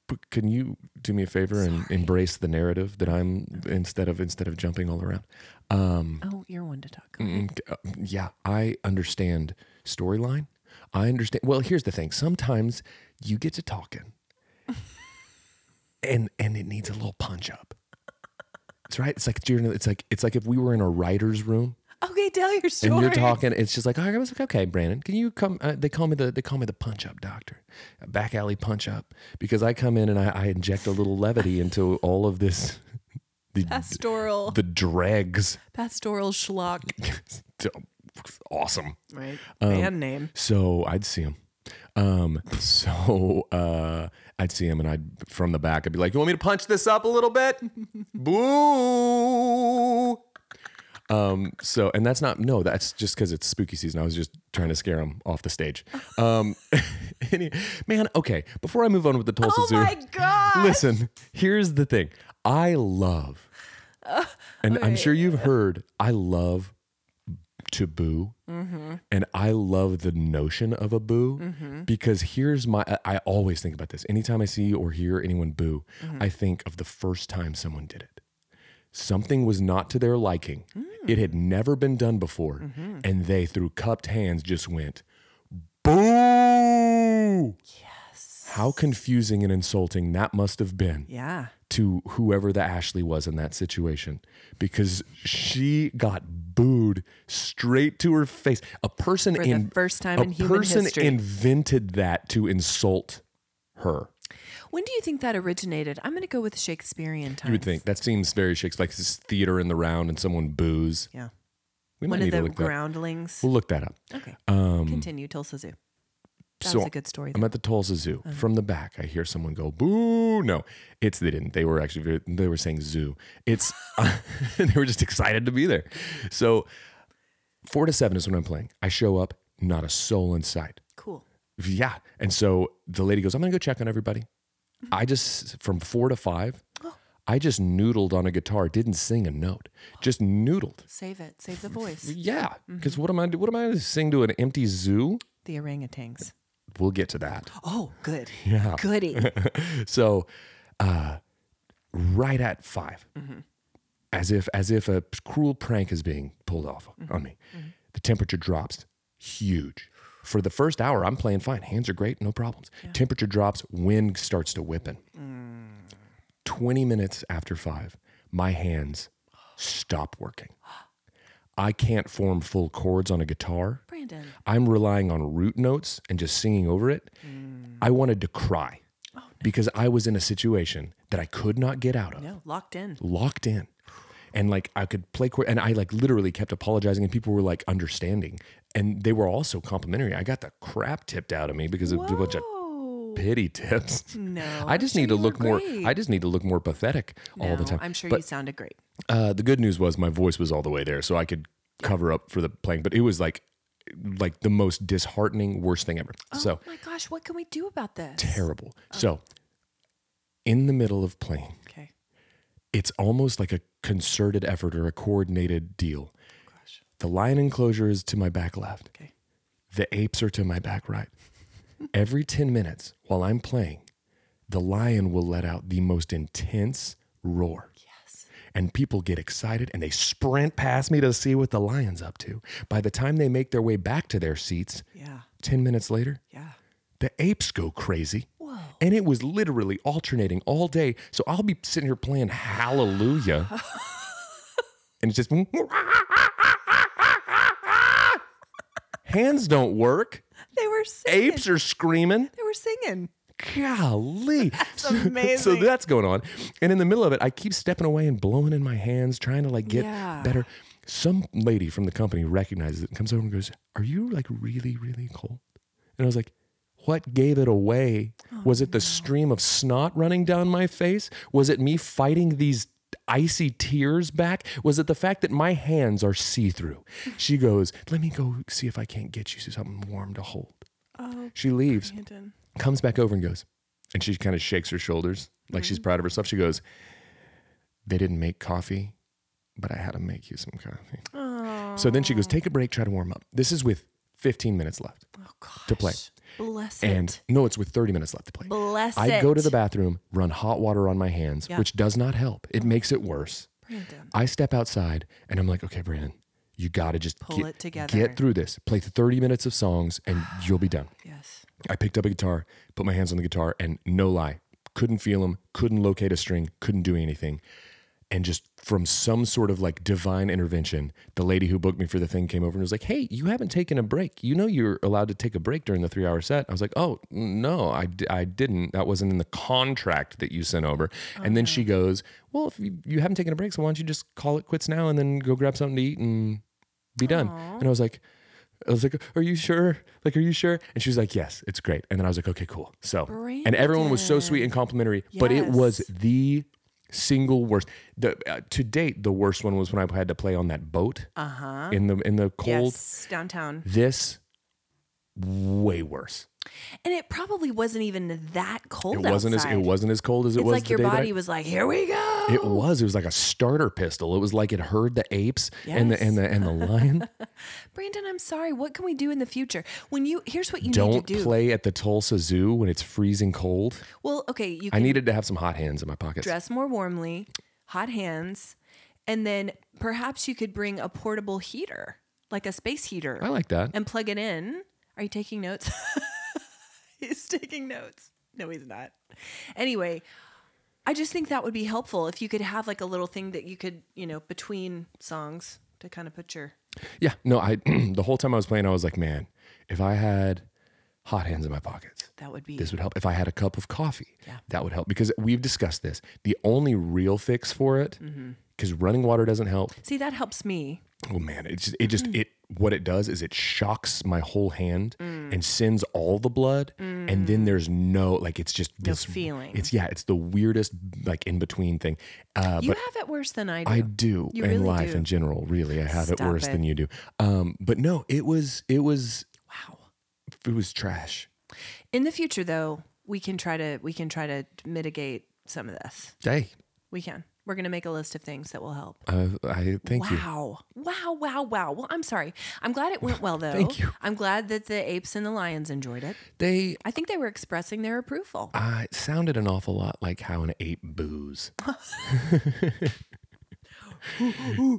[SPEAKER 1] but can you do me a favor and embrace the narrative that I'm instead of instead of jumping all around? Um,
[SPEAKER 2] Oh, you're one to talk.
[SPEAKER 1] Mm, uh, yeah, I understand storyline. I understand. Well, here's the thing. Sometimes you get to talking, and and it needs a little punch up. It's right. It's like during- it's like it's like if we were in a writer's room
[SPEAKER 2] Okay, tell your story.
[SPEAKER 1] Mm. and you're talking. It's just like "All right," I was like, okay, Brandon, can you come? Uh, they call me the they call me the punch up doctor, a back alley punch up, because I come in and I, I inject a little levity into all of this, the
[SPEAKER 2] pastoral,
[SPEAKER 1] the dregs.
[SPEAKER 2] pastoral schlock.
[SPEAKER 1] awesome.
[SPEAKER 2] Right.
[SPEAKER 1] Um,
[SPEAKER 2] Band name.
[SPEAKER 1] So I'd see him. Um, so uh, I'd see him, and I'd from the back, I'd be like, "You want me to punch this up a little bit? Boo!" Um, so and that's not no, that's just because it's spooky season. I was just trying to scare him off the stage. Um, any, man, okay. Before I move on with the Tulsa
[SPEAKER 2] Oh
[SPEAKER 1] Zoo,
[SPEAKER 2] my god.
[SPEAKER 1] listen. Here's the thing. I love, and I'm sure you've heard. I love to boo and I love the notion of a boo because here's my I, I always think about this. Anytime I see or hear anyone boo, I think of the first time someone did it. Something was not to their liking.
[SPEAKER 2] Mm.
[SPEAKER 1] It had never been done before
[SPEAKER 2] Mm-hmm.
[SPEAKER 1] and they through cupped hands just went boo. Yes. How confusing and insulting that must have been
[SPEAKER 2] Yeah.
[SPEAKER 1] to whoever the Ashley was in that situation because she got booed straight to her face. A person
[SPEAKER 2] the
[SPEAKER 1] in
[SPEAKER 2] first time
[SPEAKER 1] a
[SPEAKER 2] in human
[SPEAKER 1] person
[SPEAKER 2] history.
[SPEAKER 1] invented that to insult her.
[SPEAKER 2] When do you think that originated? I'm going to go with Shakespearean times.
[SPEAKER 1] You would think that seems very Shakespeare, like this theater in the round and someone boos.
[SPEAKER 2] Yeah.
[SPEAKER 1] We might
[SPEAKER 2] One
[SPEAKER 1] need
[SPEAKER 2] of
[SPEAKER 1] to
[SPEAKER 2] the
[SPEAKER 1] look that.
[SPEAKER 2] groundlings.
[SPEAKER 1] We'll look that up.
[SPEAKER 2] Okay. Continue, Tulsa Zoo. That was a good story.
[SPEAKER 1] I'm at the Tulsa Zoo. From the back, I hear someone go boo. No, it's they didn't. They were actually very, they were saying zoo. It's they were just excited to be there. So four to seven is when I'm playing. I show up, not a soul in sight.
[SPEAKER 2] Cool.
[SPEAKER 1] Yeah, and so the lady goes, "I'm gonna go check on everybody." I just from four to five, I just noodled on a guitar. Didn't sing a note. Just noodled.
[SPEAKER 2] Save it. Save the voice.
[SPEAKER 1] Yeah, because what am I? What am I gonna sing to an empty zoo?
[SPEAKER 2] The orangutans.
[SPEAKER 1] We'll get to that.
[SPEAKER 2] Oh, good.
[SPEAKER 1] Yeah.
[SPEAKER 2] Goody.
[SPEAKER 1] so uh, right at 5 as if as if a cruel prank is being pulled off on me the temperature drops huge for the first hour i'm playing fine hands are great no problems temperature drops wind starts to whipping 20 minutes after five my hands stop working i can't form full chords on a guitar
[SPEAKER 2] Brandon.
[SPEAKER 1] I'm relying on root notes and just singing over it.
[SPEAKER 2] Mm.
[SPEAKER 1] I wanted to cry
[SPEAKER 2] Oh,
[SPEAKER 1] because I was in a situation that I could not get out of,
[SPEAKER 2] No, locked in.
[SPEAKER 1] locked in. And like I could play chord, and I like literally kept apologizing, and people were like understanding, and they were also complimentary. I got the crap tipped out of me because of a bunch of
[SPEAKER 2] Oh,
[SPEAKER 1] pity tips.
[SPEAKER 2] no.
[SPEAKER 1] I
[SPEAKER 2] I'm
[SPEAKER 1] just
[SPEAKER 2] sure
[SPEAKER 1] need to
[SPEAKER 2] you were
[SPEAKER 1] look more.
[SPEAKER 2] great.
[SPEAKER 1] I just need to look more pathetic all the
[SPEAKER 2] No,
[SPEAKER 1] time.
[SPEAKER 2] I'm sure you sounded great.
[SPEAKER 1] Uh, the good news was my voice was all the way there, so I could cover up for the playing. But it was like, like the most disheartening, worst thing ever. so
[SPEAKER 2] Oh my gosh, what can we do about this?
[SPEAKER 1] terrible. So in the middle of playing,
[SPEAKER 2] Okay.
[SPEAKER 1] it's almost like a concerted effort or a coordinated deal. The lion enclosure is to my back left.
[SPEAKER 2] Okay.
[SPEAKER 1] The apes are to my back right. Every 10 minutes while I'm playing, the lion will let out the most intense roar.
[SPEAKER 2] Yes.
[SPEAKER 1] And people get excited and they sprint past me to see what the lion's up to. By the time they make their way back to their seats,
[SPEAKER 2] Yeah.
[SPEAKER 1] 10 minutes later,
[SPEAKER 2] Yeah.
[SPEAKER 1] the apes go crazy.
[SPEAKER 2] Whoa.
[SPEAKER 1] And it was literally alternating all day. So I'll be sitting here playing Hallelujah. and it's just hands don't work.
[SPEAKER 2] They were singing.
[SPEAKER 1] Apes are screaming.
[SPEAKER 2] They were singing.
[SPEAKER 1] Golly. That's so
[SPEAKER 2] amazing.
[SPEAKER 1] that's going on. And in the middle of it, I keep stepping away and blowing in my hands, trying to like get
[SPEAKER 2] Yeah.
[SPEAKER 1] better. Some lady from the company recognizes it and comes over and goes, Are you like really, really cold? And I was like, What gave it away?
[SPEAKER 2] Oh,
[SPEAKER 1] was it the stream of snot running down my face? Was it me fighting these icy tears back? Was it the fact that my hands are see through? She goes, Let me go see if I can't get you something warm to hold.
[SPEAKER 2] Oh,
[SPEAKER 1] She leaves
[SPEAKER 2] Brandon.
[SPEAKER 1] comes back over and goes, and she kind of shakes her shoulders like
[SPEAKER 2] Mm-hmm.
[SPEAKER 1] she's proud of herself. She goes, They didn't make coffee, but I had to make you some coffee.
[SPEAKER 2] Oh,
[SPEAKER 1] So then she goes, Take a break, try to warm up. This is with 15 minutes left
[SPEAKER 2] oh gosh.
[SPEAKER 1] to play.
[SPEAKER 2] Bless
[SPEAKER 1] And
[SPEAKER 2] it.
[SPEAKER 1] no, it's with 30 minutes left to play.
[SPEAKER 2] Bless it.
[SPEAKER 1] I go to the bathroom, run hot water on my hands,
[SPEAKER 2] Yeah. Oh.
[SPEAKER 1] which does not help. It makes it worse.
[SPEAKER 2] Brandon.
[SPEAKER 1] I step outside and I'm like, okay, Brandon, you got to just
[SPEAKER 2] Pull
[SPEAKER 1] get,
[SPEAKER 2] it together."
[SPEAKER 1] get through this. Play 30 minutes of songs and you'll be done.
[SPEAKER 2] Yes.
[SPEAKER 1] I picked up a guitar, put my hands on the guitar, and no lie, couldn't feel them, couldn't locate a string, couldn't do anything. And just from some sort of like divine intervention, the lady who booked me for the thing came over and was like, Hey, you haven't taken a break. You know, you're allowed to take a break during the three hour set. I was like, Oh, no, I, d- I didn't. That wasn't in the contract that you sent over. and then she goes, Well, if you, you haven't taken a break, so why don't you just call it quits now and then go grab something to eat and be done. And I was like, I was like, are you sure? Like, are you sure? And she was like, yes, it's great. And then I was like, okay, cool. So, and everyone was so sweet and complimentary, but it was
[SPEAKER 2] Yes.
[SPEAKER 1] the single worst. The uh, to date, the worst one was when I had to play on that boat
[SPEAKER 2] Uh huh.
[SPEAKER 1] in the in the cold.
[SPEAKER 2] Yes. Downtown.
[SPEAKER 1] This way worse.
[SPEAKER 2] And it probably wasn't even that cold.
[SPEAKER 1] It wasn't
[SPEAKER 2] outside.
[SPEAKER 1] as it wasn't as cold as it
[SPEAKER 2] It's
[SPEAKER 1] was.
[SPEAKER 2] like
[SPEAKER 1] the
[SPEAKER 2] your
[SPEAKER 1] day that I-
[SPEAKER 2] body was like, here we go.
[SPEAKER 1] It was. It was like a starter pistol. It was like it heard the apes and the and the and the lion.
[SPEAKER 2] Brandon, I'm sorry. What can we do in the future? When you here's what you
[SPEAKER 1] Don't
[SPEAKER 2] need to do.
[SPEAKER 1] play at the Tulsa Zoo when it's freezing cold.
[SPEAKER 2] Well, okay, you
[SPEAKER 1] I
[SPEAKER 2] can
[SPEAKER 1] needed to have some hot hands in my pockets.
[SPEAKER 2] dress more warmly, hot hands, and then perhaps you could bring a portable heater, like a space heater,
[SPEAKER 1] I like that.
[SPEAKER 2] and plug it in. Are you taking notes? he's taking notes. No, he's not. Anyway, I just think that would be helpful if you could have like a little thing that you could, you know, between songs to kind of put your
[SPEAKER 1] Yeah. No, I the whole time I was playing, I was like, man, if I had hot hands in my pockets,
[SPEAKER 2] that would be
[SPEAKER 1] this would help. If I had a cup of coffee, that would help. Because we've discussed this. The only real fix for it,
[SPEAKER 2] Mm-hmm.
[SPEAKER 1] because running water doesn't help.
[SPEAKER 2] See, that helps me.
[SPEAKER 1] Oh man, it just it just
[SPEAKER 2] Mm.
[SPEAKER 1] it what it does is it shocks my whole hand
[SPEAKER 2] Mm.
[SPEAKER 1] and sends all the blood, and then there's no like it's just this
[SPEAKER 2] feeling.
[SPEAKER 1] It's yeah, it's the weirdest like in between thing. Uh,
[SPEAKER 2] You
[SPEAKER 1] but
[SPEAKER 2] have it worse than I do.
[SPEAKER 1] I do
[SPEAKER 2] You
[SPEAKER 1] in
[SPEAKER 2] really
[SPEAKER 1] life
[SPEAKER 2] do.
[SPEAKER 1] in general. Really, I have it
[SPEAKER 2] Stop
[SPEAKER 1] worse
[SPEAKER 2] it.
[SPEAKER 1] than you do. Um, but no, it was it was
[SPEAKER 2] wow.
[SPEAKER 1] it was trash.
[SPEAKER 2] In the future though, we can try to we can try to mitigate some of this.
[SPEAKER 1] Hey,
[SPEAKER 2] We can. We're going to make a list of things that will help.
[SPEAKER 1] uh, I thank you.
[SPEAKER 2] wow. Wow, wow, wow. Well, I'm sorry. I'm glad it went well though.
[SPEAKER 1] Thank you.
[SPEAKER 2] I'm glad that the apes and the lions enjoyed it.
[SPEAKER 1] They
[SPEAKER 2] I think they were expressing their approval.
[SPEAKER 1] uh, sounded an awful lot like how an ape boos.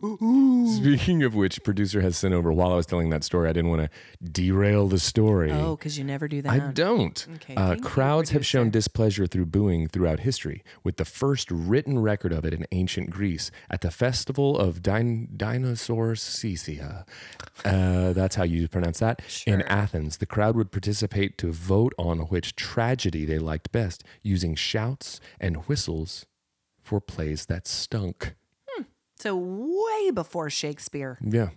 [SPEAKER 1] Speaking of which, producer has sent over while I was telling that story. I didn't want to derail the story.
[SPEAKER 2] Oh, cuz you never do that.
[SPEAKER 1] I don't.
[SPEAKER 2] Okay,
[SPEAKER 1] uh,
[SPEAKER 2] thank you,
[SPEAKER 1] crowds have shown displeasure through booing throughout history, with the first written record of it in ancient Greece at the festival of Din- Dinosauricia. Uh, that's how you pronounce that. In Athens, the crowd would participate to vote on which tragedy they liked best, using shouts and whistles for plays that stunk.
[SPEAKER 2] so way before Shakespeare.
[SPEAKER 1] Yeah.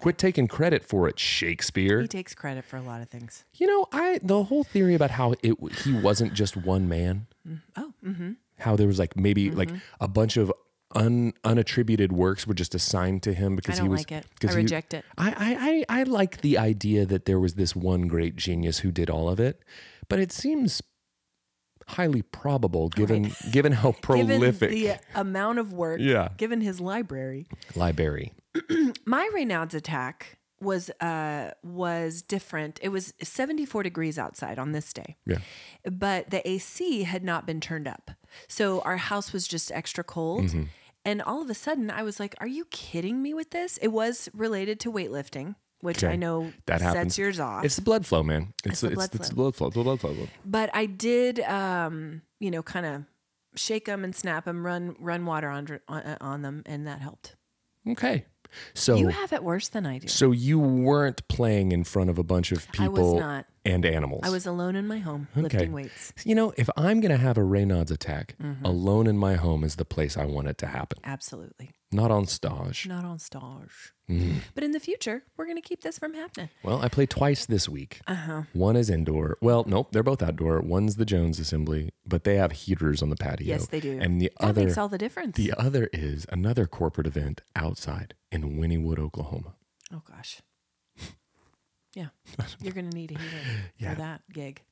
[SPEAKER 1] Quit taking credit for it, Shakespeare.
[SPEAKER 2] He takes credit for a lot of things.
[SPEAKER 1] You know, I the whole theory about how it he wasn't just one man.
[SPEAKER 2] Oh, Mm-hmm. mhm.
[SPEAKER 1] how there was like maybe like a bunch of un, unattributed works were just assigned to him
[SPEAKER 2] I
[SPEAKER 1] because
[SPEAKER 2] don't
[SPEAKER 1] he was
[SPEAKER 2] like it. I
[SPEAKER 1] because he-
[SPEAKER 2] reject it.
[SPEAKER 1] I, I I I like the idea that there was this one great genius who did all of it, but it seems highly probable given given how prolific
[SPEAKER 2] Given the uh, amount of work,
[SPEAKER 1] Yeah.
[SPEAKER 2] given his library.
[SPEAKER 1] Library.
[SPEAKER 2] My Raynaud's attack was uh was different. It was 74 degrees outside on this day.
[SPEAKER 1] Yeah.
[SPEAKER 2] But the AC had not been turned up. So our house was just extra cold.
[SPEAKER 1] Mm-hmm.
[SPEAKER 2] And all of a sudden I was like, are you kidding me with this? It was related to weightlifting. which
[SPEAKER 1] Okay.
[SPEAKER 2] I know
[SPEAKER 1] that
[SPEAKER 2] sets
[SPEAKER 1] happens.
[SPEAKER 2] yours off.
[SPEAKER 1] It's the blood flow, man. It's
[SPEAKER 2] the
[SPEAKER 1] it's,
[SPEAKER 2] blood
[SPEAKER 1] it's the blood flow. The blood flow.
[SPEAKER 2] but I did, um, you know, kind of shake them and snap them, run run water on on, on them, and that helped.
[SPEAKER 1] Okay. So
[SPEAKER 2] You have it worse than I do.
[SPEAKER 1] so you weren't playing in front of a bunch of
[SPEAKER 2] I was
[SPEAKER 1] people
[SPEAKER 2] not.
[SPEAKER 1] and animals.
[SPEAKER 2] I was alone in my home lifting weights.
[SPEAKER 1] You know, if I'm going to have a Raynaud's attack,
[SPEAKER 2] Mm-hmm.
[SPEAKER 1] alone in my home is the place I want it to happen.
[SPEAKER 2] Absolutely.
[SPEAKER 1] Not on stage.
[SPEAKER 2] Not on stage.
[SPEAKER 1] Mm.
[SPEAKER 2] But in the future, we're going to keep this from happening.
[SPEAKER 1] Well, I play twice this week. Uh-huh. One is indoor. Well, nope, they're both outdoor. One's the Jones Assembly, but they have heaters on the patio.
[SPEAKER 2] Yes, they do.
[SPEAKER 1] And the
[SPEAKER 2] that
[SPEAKER 1] other
[SPEAKER 2] makes all the difference.
[SPEAKER 1] the other is another corporate event outside in Winniewood, Oklahoma.
[SPEAKER 2] oh, gosh. Yeah. You're going to need a heater
[SPEAKER 1] Yeah.
[SPEAKER 2] for that gig.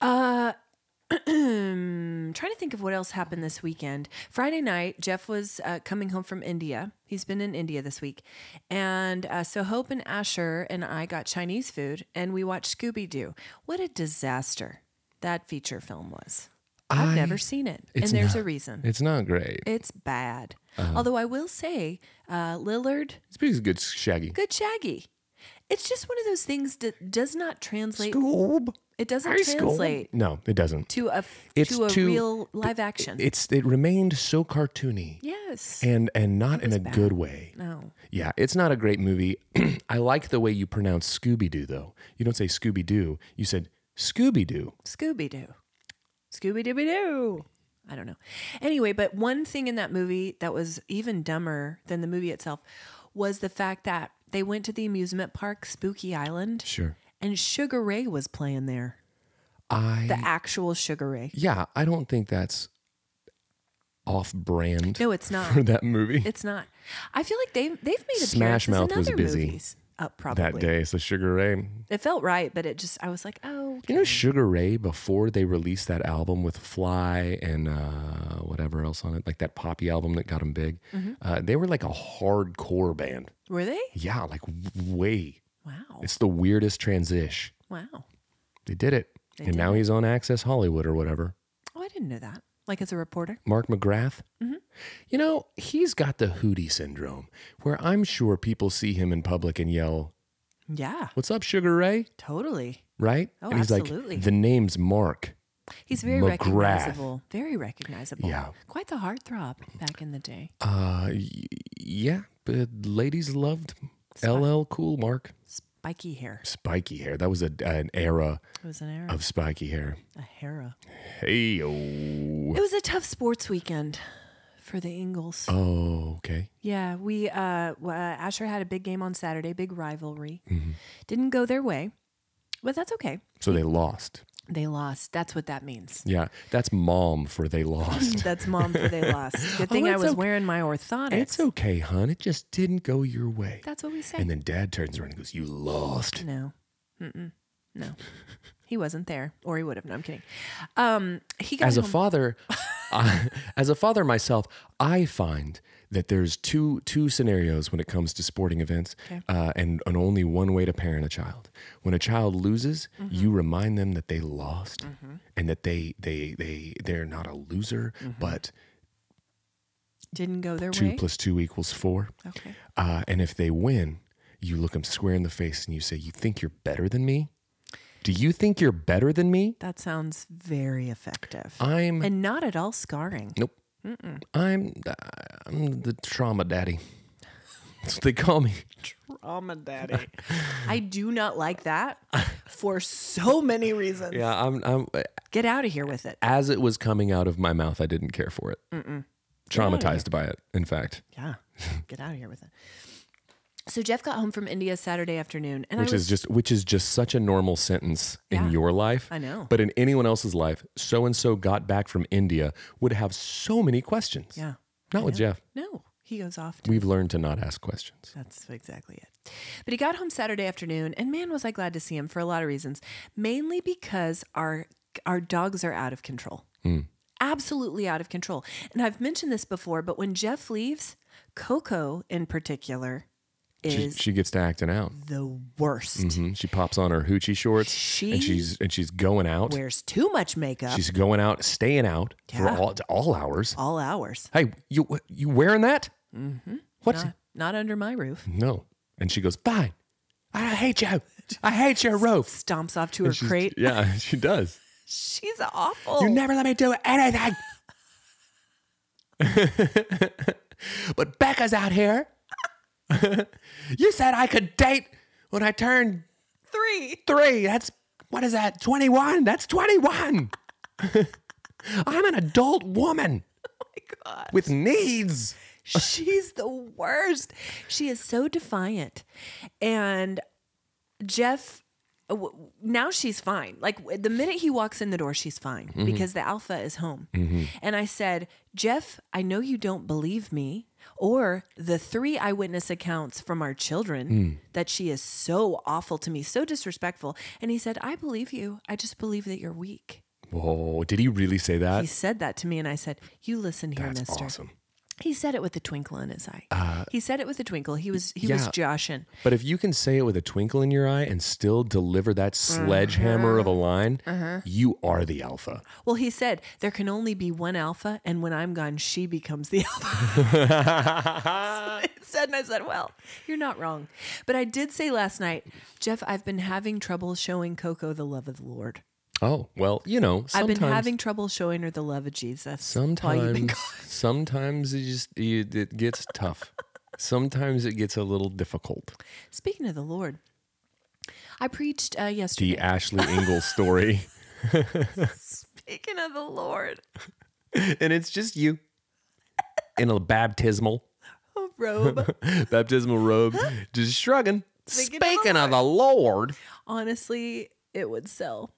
[SPEAKER 2] Uh, trying to think of what else happened this weekend. Friday night, Jeff was uh, coming home from India. He's been in India this week. And uh, so Hope and Asher and I got Chinese food and we watched Scooby Doo. What a disaster that feature film was. I've
[SPEAKER 1] I-
[SPEAKER 2] never seen it. And
[SPEAKER 1] It's
[SPEAKER 2] there's
[SPEAKER 1] not- Uh-huh.
[SPEAKER 2] a reason.
[SPEAKER 1] It's not great.
[SPEAKER 2] It's bad. Although I will say, uh, Lillard,
[SPEAKER 1] It's pretty good shaggy.
[SPEAKER 2] good Shaggy. It's just one of those things that does not translate.
[SPEAKER 1] Scoob.
[SPEAKER 2] It doesn't
[SPEAKER 1] Hey, Scoob.
[SPEAKER 2] translate
[SPEAKER 1] No, it doesn't.
[SPEAKER 2] to a f-
[SPEAKER 1] It's
[SPEAKER 2] to a
[SPEAKER 1] too-
[SPEAKER 2] real live action.
[SPEAKER 1] It's it remained so cartoony.
[SPEAKER 2] yes.
[SPEAKER 1] And and not in
[SPEAKER 2] was
[SPEAKER 1] a
[SPEAKER 2] bad.
[SPEAKER 1] good way.
[SPEAKER 2] no.
[SPEAKER 1] Yeah, it's not a great movie. I like the way you pronounce Scooby Doo though. You don't say Scooby Doo. You said Scooby Doo.
[SPEAKER 2] Scooby Doo. Scooby Dooby Doo. I don't know. Anyway, but one thing in that movie that was even dumber than the movie itself was the fact that they went to the amusement park, Spooky Island,
[SPEAKER 1] Sure.
[SPEAKER 2] and Sugar Ray was playing there.
[SPEAKER 1] I
[SPEAKER 2] The actual Sugar Ray.
[SPEAKER 1] yeah, I don't think that's off brand.
[SPEAKER 2] No, it's not.
[SPEAKER 1] for that movie
[SPEAKER 2] It's not. I feel like they they've made
[SPEAKER 1] Smash
[SPEAKER 2] appearances
[SPEAKER 1] Mouth
[SPEAKER 2] in
[SPEAKER 1] was
[SPEAKER 2] other
[SPEAKER 1] busy
[SPEAKER 2] movies. Uh, probably
[SPEAKER 1] that day. So Sugar Ray.
[SPEAKER 2] It felt right, but it just I was like, oh,
[SPEAKER 1] You know Sugar Ray before they released that album with Fly and uh, whatever else on it, like that poppy album that got them big.
[SPEAKER 2] Mm-hmm.
[SPEAKER 1] Uh, they were like a hardcore band.
[SPEAKER 2] were they?
[SPEAKER 1] Yeah, like w- way.
[SPEAKER 2] Wow,
[SPEAKER 1] It's the weirdest transition.
[SPEAKER 2] wow.
[SPEAKER 1] They did it. and
[SPEAKER 2] did
[SPEAKER 1] now he's on Access Hollywood or whatever.
[SPEAKER 2] Oh, I didn't know that. Like as a reporter,
[SPEAKER 1] Mark McGrath.
[SPEAKER 2] Mm-hmm.
[SPEAKER 1] You know, he's got the Hootie syndrome where I'm sure people see him in public and yell,
[SPEAKER 2] yeah,
[SPEAKER 1] What's up, Sugar Ray?
[SPEAKER 2] totally.
[SPEAKER 1] Right?
[SPEAKER 2] Oh,
[SPEAKER 1] and he's
[SPEAKER 2] absolutely.
[SPEAKER 1] like, The name's Mark.
[SPEAKER 2] He's very
[SPEAKER 1] McGrath.
[SPEAKER 2] recognizable. Very recognizable.
[SPEAKER 1] Yeah.
[SPEAKER 2] quite the heartthrob back in the day.
[SPEAKER 1] Uh, y- yeah, but ladies loved LL Cool Mark.
[SPEAKER 2] Spiky hair.
[SPEAKER 1] Spiky hair. That was a, an era
[SPEAKER 2] It was an era.
[SPEAKER 1] of spiky hair.
[SPEAKER 2] A hera.
[SPEAKER 1] Hey, oh.
[SPEAKER 2] It was a tough sports weekend for the Ingles.
[SPEAKER 1] Oh, okay.
[SPEAKER 2] Yeah, we uh, w- uh, Asher had a big game on Saturday, big rivalry.
[SPEAKER 1] Mm-hmm.
[SPEAKER 2] Didn't go their way, but that's okay.
[SPEAKER 1] So they lost.
[SPEAKER 2] They lost. That's what that means.
[SPEAKER 1] Yeah, that's mom for they lost.
[SPEAKER 2] That's mom for they lost. Good thing I
[SPEAKER 1] Oh, it's
[SPEAKER 2] was
[SPEAKER 1] okay.
[SPEAKER 2] wearing my orthotics.
[SPEAKER 1] It's okay, hon. It just didn't go your way.
[SPEAKER 2] That's what we say.
[SPEAKER 1] And then dad turns around and goes, You lost.
[SPEAKER 2] No. Mm-mm. No. He wasn't there, or he would have. No, I'm kidding. Um, he got
[SPEAKER 1] As a
[SPEAKER 2] home-
[SPEAKER 1] father, I, as a father myself, I find that there's two two scenarios when it comes to sporting events, uh, and, and only one way to parent a child. When a child loses, you remind them that they lost, and that they they they they're not a loser, but
[SPEAKER 2] didn't go their
[SPEAKER 1] two
[SPEAKER 2] way.
[SPEAKER 1] plus two equals four.
[SPEAKER 2] okay.
[SPEAKER 1] Uh, and if they win, you look them square in the face and you say, You think you're better than me? Do you think you're better than me?
[SPEAKER 2] That sounds very effective
[SPEAKER 1] I'm,
[SPEAKER 2] and not at all scarring.
[SPEAKER 1] nope. I'm, uh, I'm the trauma daddy. That's what they call me.
[SPEAKER 2] Trauma daddy. I do not like that for so many reasons.
[SPEAKER 1] Yeah, I'm, I'm,
[SPEAKER 2] Get out of here with it.
[SPEAKER 1] as it was coming out of my mouth, I didn't care for it. Traumatized by it, in fact,
[SPEAKER 2] Yeah. Get out of here with it. So Jeff got home from India Saturday afternoon, and
[SPEAKER 1] which
[SPEAKER 2] I was
[SPEAKER 1] is just, which is just such a normal sentence
[SPEAKER 2] Yeah.
[SPEAKER 1] in your life.
[SPEAKER 2] I know.
[SPEAKER 1] But in anyone else's life, so and so got back from India would have so many questions.
[SPEAKER 2] yeah.
[SPEAKER 1] Not with Jeff.
[SPEAKER 2] No, he goes off. To
[SPEAKER 1] We've learned to not ask questions.
[SPEAKER 2] That's exactly it. But he got home Saturday afternoon, and man, was I glad to see him for a lot of reasons, mainly because our our dogs are out of control,
[SPEAKER 1] Mm.
[SPEAKER 2] absolutely out of control. And I've mentioned this before, but when Jeff leaves, Coco in particular
[SPEAKER 1] She,
[SPEAKER 2] is
[SPEAKER 1] she gets to acting out.
[SPEAKER 2] the worst.
[SPEAKER 1] Mhm. She pops on her hoochie shorts
[SPEAKER 2] She
[SPEAKER 1] and she's and she's going out.
[SPEAKER 2] wears too much makeup
[SPEAKER 1] She's going out, staying out for
[SPEAKER 2] Yeah.
[SPEAKER 1] all, all hours.
[SPEAKER 2] all hours.
[SPEAKER 1] Hey, you you wearing that? Mm-hmm. What? Mm.
[SPEAKER 2] Not, not under my roof.
[SPEAKER 1] No. And she goes, fine. I hate you. I hate your roof.
[SPEAKER 2] Stomps off to her crate.
[SPEAKER 1] Yeah, she does.
[SPEAKER 2] She's awful.
[SPEAKER 1] You never let me do anything. but Becca's out here. you said I could date when I turned
[SPEAKER 2] Three.
[SPEAKER 1] three. That's, what is that? 21. That's 21. I'm an adult woman
[SPEAKER 2] Oh my God.
[SPEAKER 1] with needs.
[SPEAKER 2] She's the worst. She is so defiant. And Jeff, w- now she's fine. Like w- the minute he walks in the door, she's fine because the alpha is home. And I said, Jeff, I know you don't believe me or the three eyewitness accounts from our children that she is so awful to me, so disrespectful. And he said, I believe you. I just believe that you're weak.
[SPEAKER 1] Whoa, did he really say that?
[SPEAKER 2] He said that to me, and I said, "You listen here,
[SPEAKER 1] That's
[SPEAKER 2] Mister."
[SPEAKER 1] awesome.
[SPEAKER 2] He said it with a twinkle in his eye. he said it with a twinkle. He was he was
[SPEAKER 1] Uh, yeah.
[SPEAKER 2] joshing.
[SPEAKER 1] But if you can say it with a twinkle in your eye and still deliver that sledgehammer of a
[SPEAKER 2] Mm-hmm.
[SPEAKER 1] line,
[SPEAKER 2] Uh-huh.
[SPEAKER 1] you are the alpha.
[SPEAKER 2] Well, he said there can only be one alpha, and when I'm gone, she becomes the alpha. I said, and I said, "Well, you're not wrong." But I did say last night, Jeff, I've been having trouble showing Coco the love of the Lord.
[SPEAKER 1] Oh, well, you know, sometimes
[SPEAKER 2] I've been having trouble showing her the love of Jesus. while you've been
[SPEAKER 1] sometimes
[SPEAKER 2] gone.
[SPEAKER 1] sometimes it just you, it gets tough. sometimes it gets a little difficult.
[SPEAKER 2] Speaking of the Lord, I preached uh, yesterday.
[SPEAKER 1] The Ashley Ingalls story.
[SPEAKER 2] Speaking of the Lord.
[SPEAKER 1] and it's just you in a baptismal
[SPEAKER 2] Oh, robe.
[SPEAKER 1] baptismal robe just shrugging.
[SPEAKER 2] Speaking of
[SPEAKER 1] Speaking,
[SPEAKER 2] the
[SPEAKER 1] of the Lord.
[SPEAKER 2] honestly, it would sell.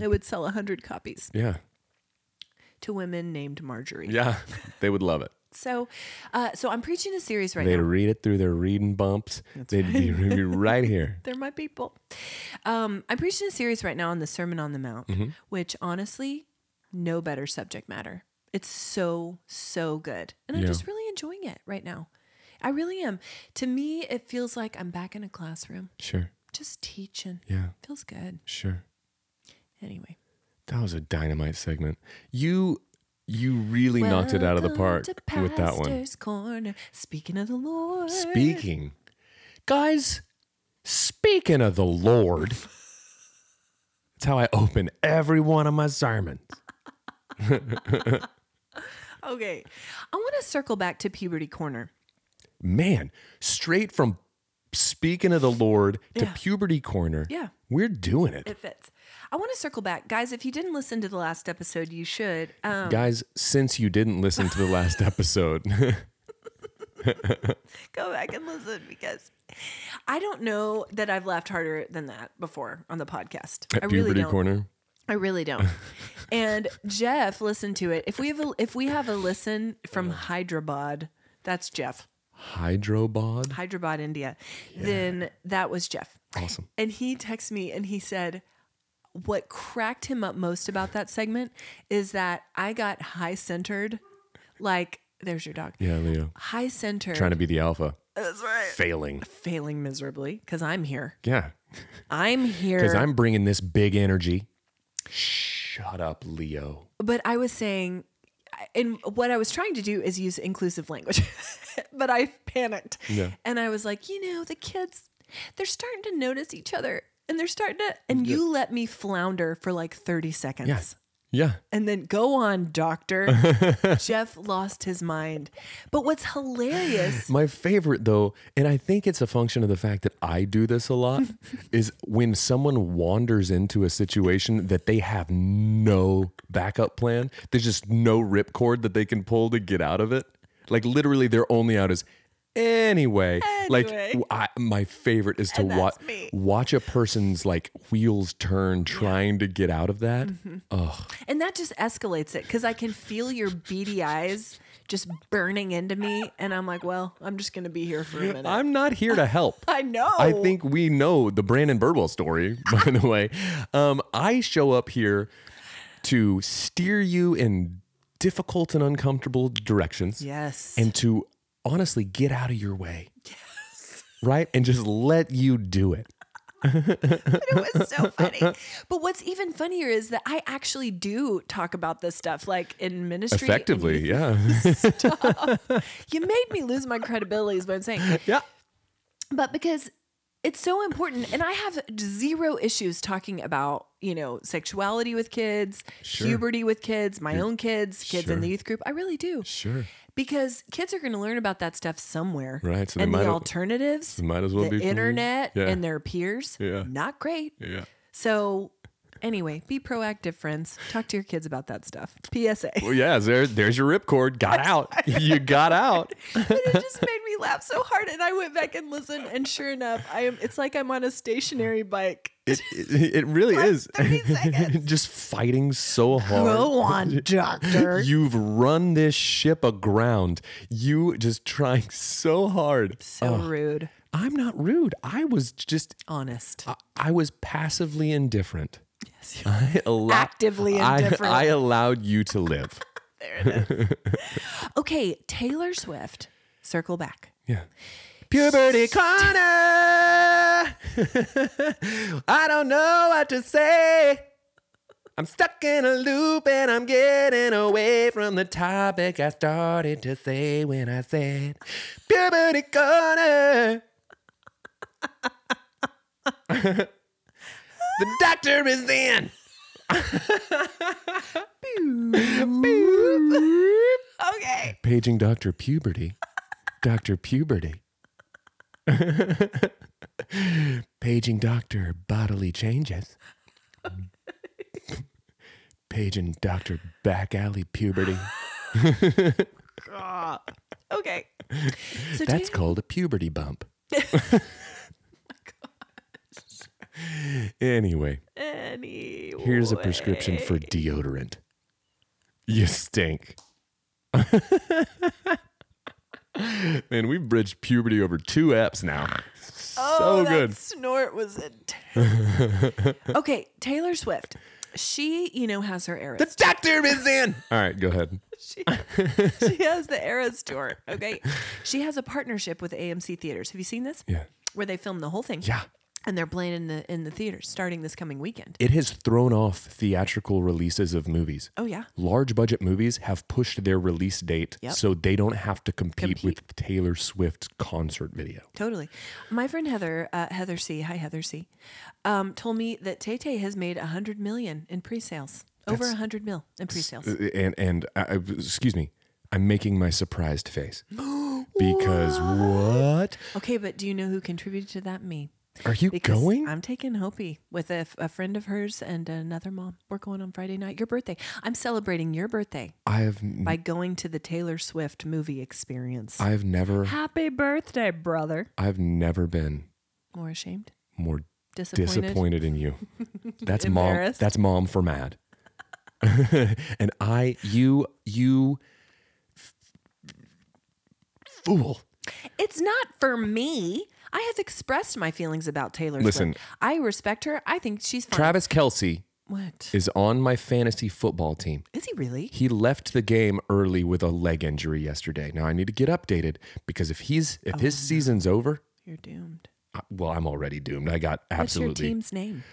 [SPEAKER 2] It would sell 100 copies
[SPEAKER 1] Yeah.
[SPEAKER 2] to women named Marjorie.
[SPEAKER 1] Yeah. They would love it.
[SPEAKER 2] So, uh, so I'm preaching a series right
[SPEAKER 1] They'd
[SPEAKER 2] now.
[SPEAKER 1] read it through their reading bumps. They'd be, be right here.
[SPEAKER 2] They're my people. Um, I'm preaching a series right now on the Sermon on the Mount,
[SPEAKER 1] Mm-hmm.
[SPEAKER 2] which honestly, no better subject matter. It's so, so good. And I'm
[SPEAKER 1] Yeah.
[SPEAKER 2] just really enjoying it right now. I really am. To me, it feels like I'm back in a classroom,
[SPEAKER 1] Sure.
[SPEAKER 2] just teaching.
[SPEAKER 1] Yeah.
[SPEAKER 2] Feels good.
[SPEAKER 1] Sure.
[SPEAKER 2] Anyway.
[SPEAKER 1] That was a dynamite segment. You you really knocked it out of the park
[SPEAKER 2] Welcome to
[SPEAKER 1] with that one.
[SPEAKER 2] Pastor's Corner. Speaking of the Lord.
[SPEAKER 1] Speaking. Guys, speaking of the Lord. That's how I open every one of my sermons.
[SPEAKER 2] Okay. I want to circle back to Puberty Corner.
[SPEAKER 1] Man, straight from speaking of the Lord to
[SPEAKER 2] Yeah.
[SPEAKER 1] puberty corner.
[SPEAKER 2] Yeah.
[SPEAKER 1] We're doing it.
[SPEAKER 2] It fits. I want to circle back. Guys, if you didn't listen to the last episode, you should. Um,
[SPEAKER 1] Guys, since you didn't listen to the last episode,
[SPEAKER 2] go back and listen because I don't know that I've laughed harder than that before on the podcast. I
[SPEAKER 1] puberty
[SPEAKER 2] really don't.
[SPEAKER 1] corner.
[SPEAKER 2] I really don't. and Jeff listened to it. If we have a if we have a listen from Hyderabad, that's Jeff.
[SPEAKER 1] Hydrobod.
[SPEAKER 2] Hyderabad, India, then that was Jeff.
[SPEAKER 1] Awesome.
[SPEAKER 2] And he texted me and he said, What cracked him up most about that segment is that I got high centered. Like, there's your dog.
[SPEAKER 1] Yeah, Leo.
[SPEAKER 2] High centered.
[SPEAKER 1] Trying to be the alpha.
[SPEAKER 2] That's right.
[SPEAKER 1] Failing.
[SPEAKER 2] Failing miserably because I'm here.
[SPEAKER 1] Yeah.
[SPEAKER 2] er. I'm here.
[SPEAKER 1] Because I'm bringing this big energy. Shut up, Leo.
[SPEAKER 2] but I was saying, and what I was trying to do is use inclusive language, but I panicked.
[SPEAKER 1] Yeah.
[SPEAKER 2] And I was like, you know, the kids, they're starting to notice each other and they're starting to, and you let me flounder for like 30 seconds.
[SPEAKER 1] Yeah. Yeah.
[SPEAKER 2] And then go on, doctor. Jeff lost his mind. But what's hilarious,
[SPEAKER 1] My favorite, though, and I think it's a function of the fact that I do this a lot, is when someone wanders into a situation that they have no backup plan. There's just no ripcord that they can pull to get out of it. Like, literally, their only out is. Anyway, like
[SPEAKER 2] Anyway.
[SPEAKER 1] w- I, my favorite is to
[SPEAKER 2] And
[SPEAKER 1] watch
[SPEAKER 2] that's me.
[SPEAKER 1] watch a person's like wheels turn trying to get out of that.
[SPEAKER 2] Mm-hmm. and that just escalates it because I can feel your beady eyes just burning into me. And I'm like, well, I'm just going to be here for a minute.
[SPEAKER 1] I'm not here to help.
[SPEAKER 2] I know.
[SPEAKER 1] I think we know the Brandon Birdwell story, by the way. Um, I show up here to steer you in difficult and uncomfortable directions
[SPEAKER 2] Yes.
[SPEAKER 1] and to honestly get out of your way. Yes. Right? And just let you do it.
[SPEAKER 2] it was so funny. But what's even funnier is that I actually do talk about this stuff like in ministry. and
[SPEAKER 1] Effectively, yeah.
[SPEAKER 2] You made me lose my credibility is what I'm saying.
[SPEAKER 1] yeah.
[SPEAKER 2] But because it's so important and i have zero issues talking about you know sexuality with kids
[SPEAKER 1] Sure.
[SPEAKER 2] puberty with kids my own kids kids in the
[SPEAKER 1] Sure.
[SPEAKER 2] youth group i really do
[SPEAKER 1] Sure.
[SPEAKER 2] because kids are going to learn about that stuff somewhere
[SPEAKER 1] Right, so they
[SPEAKER 2] and
[SPEAKER 1] might
[SPEAKER 2] the
[SPEAKER 1] a-
[SPEAKER 2] alternatives
[SPEAKER 1] might as well
[SPEAKER 2] the
[SPEAKER 1] be from-
[SPEAKER 2] internet
[SPEAKER 1] Yeah.
[SPEAKER 2] and their peers
[SPEAKER 1] Yeah.
[SPEAKER 2] not great
[SPEAKER 1] Yeah.
[SPEAKER 2] so anyway be proactive friends talk to your kids about that stuff psa
[SPEAKER 1] Well, yeah, there, there's your ripcord. Got out. you got out.
[SPEAKER 2] it just made me laugh so hard and i went back and listened and sure enough i am it's like i'm on a stationary bike
[SPEAKER 1] It, it, it really is.
[SPEAKER 2] 30 seconds.
[SPEAKER 1] Just fighting so hard.
[SPEAKER 2] on doctor
[SPEAKER 1] You've run this ship aground. You just trying so hard.
[SPEAKER 2] so rude
[SPEAKER 1] I'm not rude. I was just,
[SPEAKER 2] honest
[SPEAKER 1] I, I was passively indifferent.
[SPEAKER 2] Yes,
[SPEAKER 1] I allow-
[SPEAKER 2] Actively
[SPEAKER 1] I-
[SPEAKER 2] indifferent.
[SPEAKER 1] I allowed you to live.
[SPEAKER 2] okay taylor swift circle back
[SPEAKER 1] Yeah. Puberty corner. I don't know what to say. I'm stuck in a loop and I'm getting away from the topic I started to say when I said puberty corner. the doctor is in.
[SPEAKER 2] okay
[SPEAKER 1] Paging Dr. Puberty. Dr. Puberty. Paging Dr. Bodily Changes. Paging Dr. Back Alley Puberty.
[SPEAKER 2] okay so
[SPEAKER 1] That's
[SPEAKER 2] Taylor-
[SPEAKER 1] called a puberty bump. Anyway,
[SPEAKER 2] anyway
[SPEAKER 1] here's a prescription for deodorant. You stink. Man, we've bridged puberty over two apps now.
[SPEAKER 2] oh,
[SPEAKER 1] so
[SPEAKER 2] that
[SPEAKER 1] good.
[SPEAKER 2] Snort was intense. okay, Taylor Swift. She, you know, has her eras.
[SPEAKER 1] doctor is in. All right, go ahead.
[SPEAKER 2] she, she has the Eras tour. Okay, she has a partnership with AMC Theaters. Have you seen this?
[SPEAKER 1] Yeah.
[SPEAKER 2] Where they film the whole thing.
[SPEAKER 1] Yeah.
[SPEAKER 2] And they're playing in the in the theaters starting this coming weekend.
[SPEAKER 1] It has thrown off theatrical releases of movies.
[SPEAKER 2] Oh yeah.
[SPEAKER 1] Large budget movies have pushed their release date
[SPEAKER 2] Yep.
[SPEAKER 1] so they don't have to compete, with Taylor Swift's concert video.
[SPEAKER 2] Totally. My friend Heather, uh, Heather C. Hi, Heather C. Um, told me that Tay Tay has made a hundred million in pre-sales. Over a hundred mil in pre-sales.
[SPEAKER 1] And and uh, uh, excuse me, I'm making my surprised face. because what?
[SPEAKER 2] Okay, but do you know who contributed to that? Me.
[SPEAKER 1] Are you
[SPEAKER 2] Because
[SPEAKER 1] going?
[SPEAKER 2] I'm taking Hopi with a, f- a friend of hers and another mom. We're going on Friday night. Your birthday. I'm celebrating your birthday
[SPEAKER 1] I've
[SPEAKER 2] by going to the Taylor Swift movie experience.
[SPEAKER 1] I've never
[SPEAKER 2] Happy birthday, brother.
[SPEAKER 1] I've never been
[SPEAKER 2] More ashamed,
[SPEAKER 1] more
[SPEAKER 2] disappointed.
[SPEAKER 1] disappointed in you. That's mom.
[SPEAKER 2] Embarrassed.
[SPEAKER 1] That's mom for mad. and I, you, you, f- fool.
[SPEAKER 2] It's not for me. I have expressed my feelings about Taylor
[SPEAKER 1] Listen.
[SPEAKER 2] Swift. I respect her. I think she's fine.
[SPEAKER 1] Travis Kelsey
[SPEAKER 2] what?
[SPEAKER 1] is on my fantasy football team.
[SPEAKER 2] Is he really?
[SPEAKER 1] He left the game early with a leg injury yesterday. Now I need to get updated because if he's if
[SPEAKER 2] Oh,
[SPEAKER 1] his season's over,
[SPEAKER 2] You're doomed.
[SPEAKER 1] I, well, I'm already doomed. I got
[SPEAKER 2] What's your
[SPEAKER 1] absolutely.
[SPEAKER 2] team's name?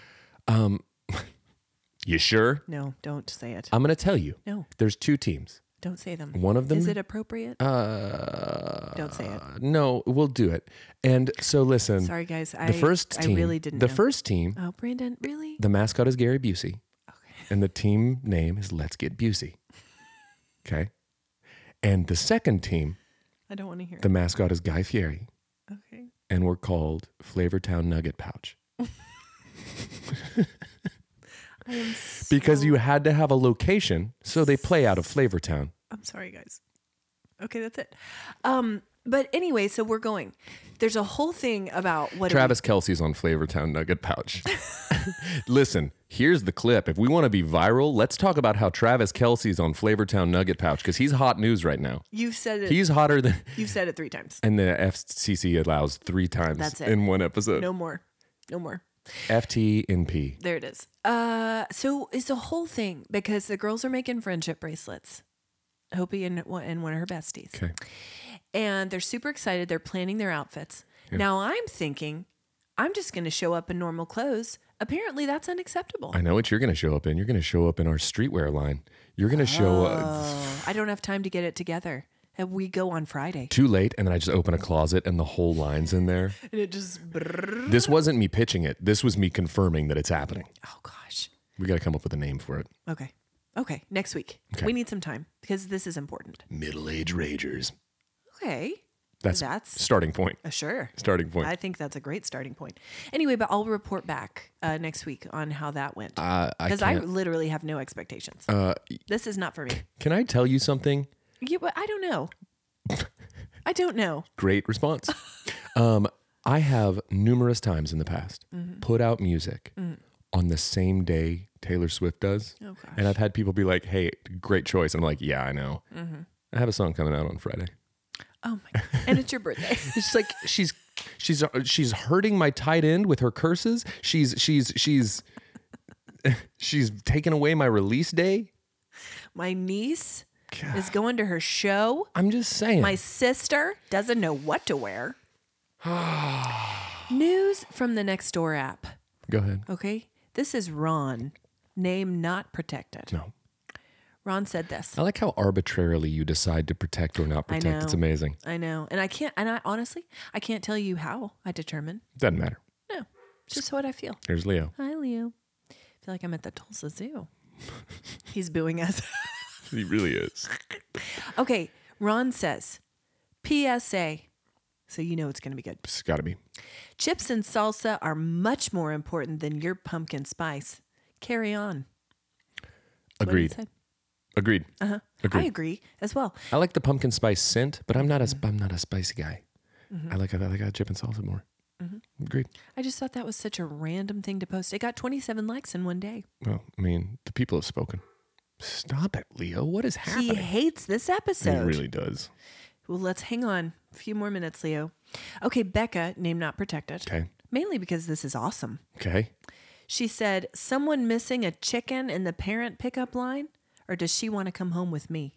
[SPEAKER 1] You sure?
[SPEAKER 2] No, don't say it.
[SPEAKER 1] I'm going to tell you.
[SPEAKER 2] No.
[SPEAKER 1] There's two teams.
[SPEAKER 2] Don't say them.
[SPEAKER 1] One of them
[SPEAKER 2] Is it appropriate?
[SPEAKER 1] uh
[SPEAKER 2] don't say it.
[SPEAKER 1] no, we'll do it. And so listen,
[SPEAKER 2] Sorry, guys. I,
[SPEAKER 1] Mm. the first team,
[SPEAKER 2] I really didn't
[SPEAKER 1] The
[SPEAKER 2] know.
[SPEAKER 1] first team,
[SPEAKER 2] Oh, Brandon, really?
[SPEAKER 1] the mascot is Gary Busey, and the team name is Let's Get Busey. Okay, and the second team,
[SPEAKER 2] I don't want to hear
[SPEAKER 1] the mascot is Guy Fieri,
[SPEAKER 2] it. Okay.
[SPEAKER 1] and we're called Flavortown Nugget Pouch
[SPEAKER 2] I am s-
[SPEAKER 1] because you had to have a location, so they play out of Flavortown.
[SPEAKER 2] I'm sorry, guys. Okay, that's it. Um, but anyway, so we're going. There's a whole thing about what
[SPEAKER 1] Travis Kelsey's on Flavortown Nugget Pouch. Listen, here's the clip. If we want to be viral, let's talk about how Travis Kelsey's on Flavortown Nugget Pouch because he's hot news right now.
[SPEAKER 2] you've said it.
[SPEAKER 1] He's hotter than,
[SPEAKER 2] You've said it three times.
[SPEAKER 1] and the FCC allows three times
[SPEAKER 2] That's it.
[SPEAKER 1] in one episode.
[SPEAKER 2] No more. No more.
[SPEAKER 1] FTNP.
[SPEAKER 2] There it is. Uh, so it's a whole thing because the girls are making friendship bracelets. Hopi and one- and one of her besties.
[SPEAKER 1] Okay.
[SPEAKER 2] and they're super excited. They're planning their outfits. Now I'm thinking, I'm just going to show up in normal clothes. Apparently, that's unacceptable.
[SPEAKER 1] I know what you're going to show up in. You're going to show up in our streetwear line. You're going to show up.
[SPEAKER 2] Oh, I don't have time to get it together. and we go on Friday.
[SPEAKER 1] Too late, and then I just open a closet and the whole line's in there.
[SPEAKER 2] And it just, brrrr.
[SPEAKER 1] This wasn't me pitching it. This was me confirming that it's happening.
[SPEAKER 2] oh gosh.
[SPEAKER 1] We got to come up with a name for it.
[SPEAKER 2] Okay. Okay. Next week. We need some time because this is important.
[SPEAKER 1] Middle Age Ragers.
[SPEAKER 2] Okay.
[SPEAKER 1] That's,
[SPEAKER 2] That's-
[SPEAKER 1] starting point.
[SPEAKER 2] Uh, sure.
[SPEAKER 1] Starting point.
[SPEAKER 2] I think that's a great starting point. Anyway, but I'll report back uh, next week on how that went.
[SPEAKER 1] Uh, I
[SPEAKER 2] Because I,
[SPEAKER 1] can't- Uh,
[SPEAKER 2] literally have no expectations. this is not for me.
[SPEAKER 1] Can I tell you something?
[SPEAKER 2] Yeah, but I don't know. I don't know.
[SPEAKER 1] Great response. um, I have numerous times in the past
[SPEAKER 2] Mm-hmm.
[SPEAKER 1] put out music on the same day Taylor Swift does.
[SPEAKER 2] Mm. Oh, gosh.
[SPEAKER 1] And I've had people be like, hey, great choice. I'm like, yeah, I know.
[SPEAKER 2] Mm-hmm.
[SPEAKER 1] I have a song coming out on Friday.
[SPEAKER 2] Oh my god! And it's your birthday.
[SPEAKER 1] It's like she's she's uh, she's hurting my tight end with her curses. She's she's she's she's taking away my release day.
[SPEAKER 2] my niece is going to her show.
[SPEAKER 1] I'm just saying.
[SPEAKER 2] My sister doesn't know what to wear. News from the next door app.
[SPEAKER 1] Go ahead.
[SPEAKER 2] Okay, this is Ron, name not protected.
[SPEAKER 1] No.
[SPEAKER 2] Ron said this.
[SPEAKER 1] I like how arbitrarily you decide to protect or not
[SPEAKER 2] I
[SPEAKER 1] protect. It's
[SPEAKER 2] know.
[SPEAKER 1] amazing.
[SPEAKER 2] I know, and I can't. And I honestly, I can't tell you how I determine.
[SPEAKER 1] Doesn't matter.
[SPEAKER 2] No, it's just what I feel.
[SPEAKER 1] Here's Leo.
[SPEAKER 2] Hi, Leo. I feel like I'm at the Tulsa Zoo. He's booing us.
[SPEAKER 1] He really is.
[SPEAKER 2] okay, Ron says, PSA. So you know it's going to be good.
[SPEAKER 1] It's got to be.
[SPEAKER 2] Chips and salsa are much more important than your pumpkin spice. Carry on. What did he
[SPEAKER 1] Agreed.
[SPEAKER 2] say? Uh-huh.
[SPEAKER 1] Agreed.
[SPEAKER 2] I
[SPEAKER 1] Agreed.
[SPEAKER 2] agree as well.
[SPEAKER 1] I like the pumpkin spice scent, but I'm not a I'm not a spicy guy.
[SPEAKER 2] Mm-hmm.
[SPEAKER 1] I like I like a chip and salsa more. Agreed.
[SPEAKER 2] I just thought that was such a random thing to post. It got 27 likes in one day.
[SPEAKER 1] Well, I mean, the people have spoken. Stop it, Leo. What is
[SPEAKER 2] He
[SPEAKER 1] happening?
[SPEAKER 2] hates this
[SPEAKER 1] He
[SPEAKER 2] episode.
[SPEAKER 1] really does.
[SPEAKER 2] Well, let's hang on a few more minutes, Leo. Okay, Becca, name not protected.
[SPEAKER 1] Okay.
[SPEAKER 2] Mainly because this is awesome.
[SPEAKER 1] Okay.
[SPEAKER 2] She said, Someone missing a chicken in the parent pickup line? Or does she want to come home with me?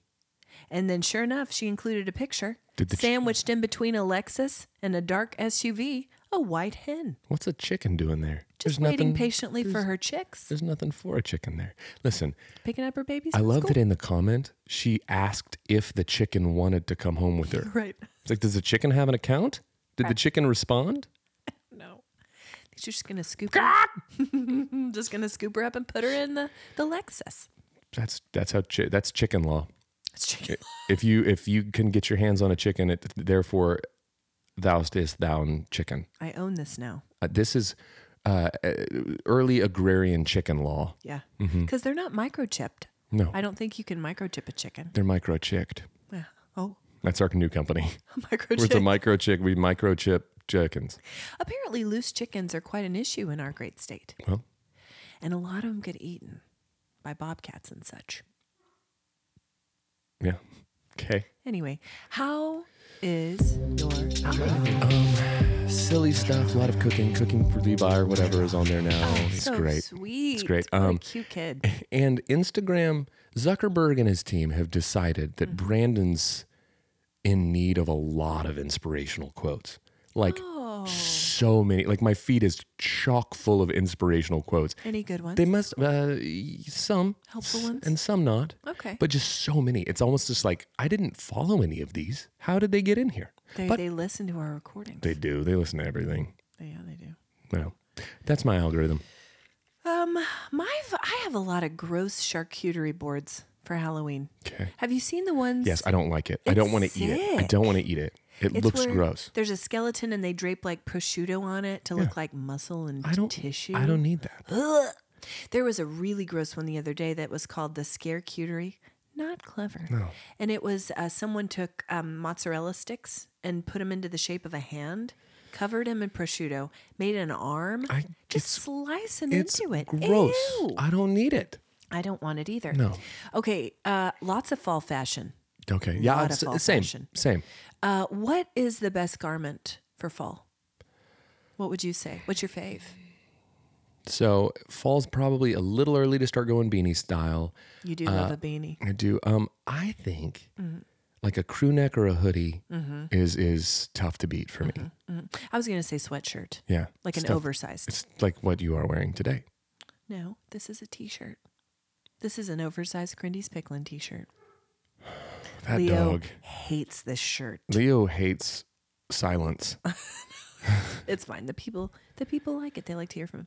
[SPEAKER 2] And then, sure enough, she included a picture
[SPEAKER 1] Did the chi-
[SPEAKER 2] sandwiched in between a Lexus and a dark SUV, a white hen,
[SPEAKER 1] What's a chicken doing there?
[SPEAKER 2] just waiting patiently for her chicks,
[SPEAKER 1] There's nothing for a chicken there. Listen,
[SPEAKER 2] picking up her babies.
[SPEAKER 1] I
[SPEAKER 2] from
[SPEAKER 1] love
[SPEAKER 2] school.
[SPEAKER 1] that in the comment she asked if the chicken wanted to come home with her.
[SPEAKER 2] Right.
[SPEAKER 1] It's like, does the chicken have an account? Did the chicken respond?
[SPEAKER 2] No. She's just going to scoop her Just going to scoop her up and put her in the, the Lexus.
[SPEAKER 1] That's that's how chi- that's chicken law.
[SPEAKER 2] It's chicken.
[SPEAKER 1] If you if you can get your hands on a chicken, it therefore thou is thou chicken.
[SPEAKER 2] I own this now.
[SPEAKER 1] Uh, this is uh, uh, early agrarian chicken law.
[SPEAKER 2] Yeah. Because
[SPEAKER 1] Mm-hmm.
[SPEAKER 2] they're not microchipped.
[SPEAKER 1] No,
[SPEAKER 2] I don't think you can microchip a chicken.
[SPEAKER 1] they're microchipped.
[SPEAKER 2] Yeah. Oh,
[SPEAKER 1] That's our new company. We're
[SPEAKER 2] microchip.
[SPEAKER 1] the microchip. We microchip chickens.
[SPEAKER 2] Apparently, loose chickens are quite an issue in our great state,
[SPEAKER 1] Well,
[SPEAKER 2] and a lot of them get eaten by bobcats and such.
[SPEAKER 1] yeah. Okay.
[SPEAKER 2] Anyway, how is your drive?
[SPEAKER 1] silly stuff. A lot of cooking, cooking for Levi or whatever is on there now. it's
[SPEAKER 2] so
[SPEAKER 1] great.
[SPEAKER 2] Sweet.
[SPEAKER 1] It's great.
[SPEAKER 2] What a
[SPEAKER 1] Um,
[SPEAKER 2] cute kid.
[SPEAKER 1] And Instagram, Zuckerberg and his team have decided
[SPEAKER 2] Mm.
[SPEAKER 1] that Brandon's in need of a lot of inspirational quotes. Like
[SPEAKER 2] Oh.
[SPEAKER 1] so many. Like my feed is chock full of inspirational quotes.
[SPEAKER 2] Any good ones?
[SPEAKER 1] They must uh, y- some
[SPEAKER 2] Helpful
[SPEAKER 1] s-
[SPEAKER 2] ones?
[SPEAKER 1] and some not.
[SPEAKER 2] Okay.
[SPEAKER 1] But just so many. It's almost just like I didn't follow any of these. How did they get in here?
[SPEAKER 2] they,
[SPEAKER 1] but-
[SPEAKER 2] they listen to our recordings.
[SPEAKER 1] They do. They listen to everything.
[SPEAKER 2] yeah, they do.
[SPEAKER 1] Well, that's my algorithm.
[SPEAKER 2] Um, my I have a lot of gross charcuterie boards for Halloween.
[SPEAKER 1] Okay.
[SPEAKER 2] Have you seen the ones?
[SPEAKER 1] Yes, I don't like it. I don't
[SPEAKER 2] It's
[SPEAKER 1] want to eat it. I
[SPEAKER 2] sick.
[SPEAKER 1] don't want to eat it. It
[SPEAKER 2] It's
[SPEAKER 1] looks
[SPEAKER 2] where
[SPEAKER 1] gross.
[SPEAKER 2] There's a skeleton and they drape like prosciutto on it to look like muscle and
[SPEAKER 1] I don't
[SPEAKER 2] tissue.
[SPEAKER 1] I don't need that.
[SPEAKER 2] Ugh. There was a really gross one the other day that was called the scare cutery. Not clever. No. And it was uh, someone took um, mozzarella sticks and put them into the shape of a hand, covered him in prosciutto, made an arm,
[SPEAKER 1] I-
[SPEAKER 2] just
[SPEAKER 1] it's-
[SPEAKER 2] slice him
[SPEAKER 1] It's
[SPEAKER 2] into it.
[SPEAKER 1] gross.
[SPEAKER 2] Ew.
[SPEAKER 1] I don't need it.
[SPEAKER 2] I don't want it either.
[SPEAKER 1] No.
[SPEAKER 2] Okay. Uh, lots of fall fashion.
[SPEAKER 1] Okay. Yeah.
[SPEAKER 2] Lot
[SPEAKER 1] it's-
[SPEAKER 2] of fall
[SPEAKER 1] same.
[SPEAKER 2] fashion.
[SPEAKER 1] Same.
[SPEAKER 2] Uh, what is the best garment for fall? What would you say? What's your fave?
[SPEAKER 1] So fall's probably a little early to start going beanie style.
[SPEAKER 2] You do love a beanie.
[SPEAKER 1] I do. Um, I think
[SPEAKER 2] Mm-hmm.
[SPEAKER 1] like a crew neck or a hoodie is is tough to beat for me.
[SPEAKER 2] I was going to say sweatshirt,
[SPEAKER 1] Yeah.
[SPEAKER 2] Mm-hmm. like an
[SPEAKER 1] Stuff-
[SPEAKER 2] oversized.
[SPEAKER 1] It's like what you are wearing today.
[SPEAKER 2] No, this is a t shirt. This is an oversized Grindy's Picklin t shirt.
[SPEAKER 1] That
[SPEAKER 2] Leo
[SPEAKER 1] dog.
[SPEAKER 2] hates this shirt.
[SPEAKER 1] Leo hates silence.
[SPEAKER 2] It's fine. The people the people like it. They like to hear from him.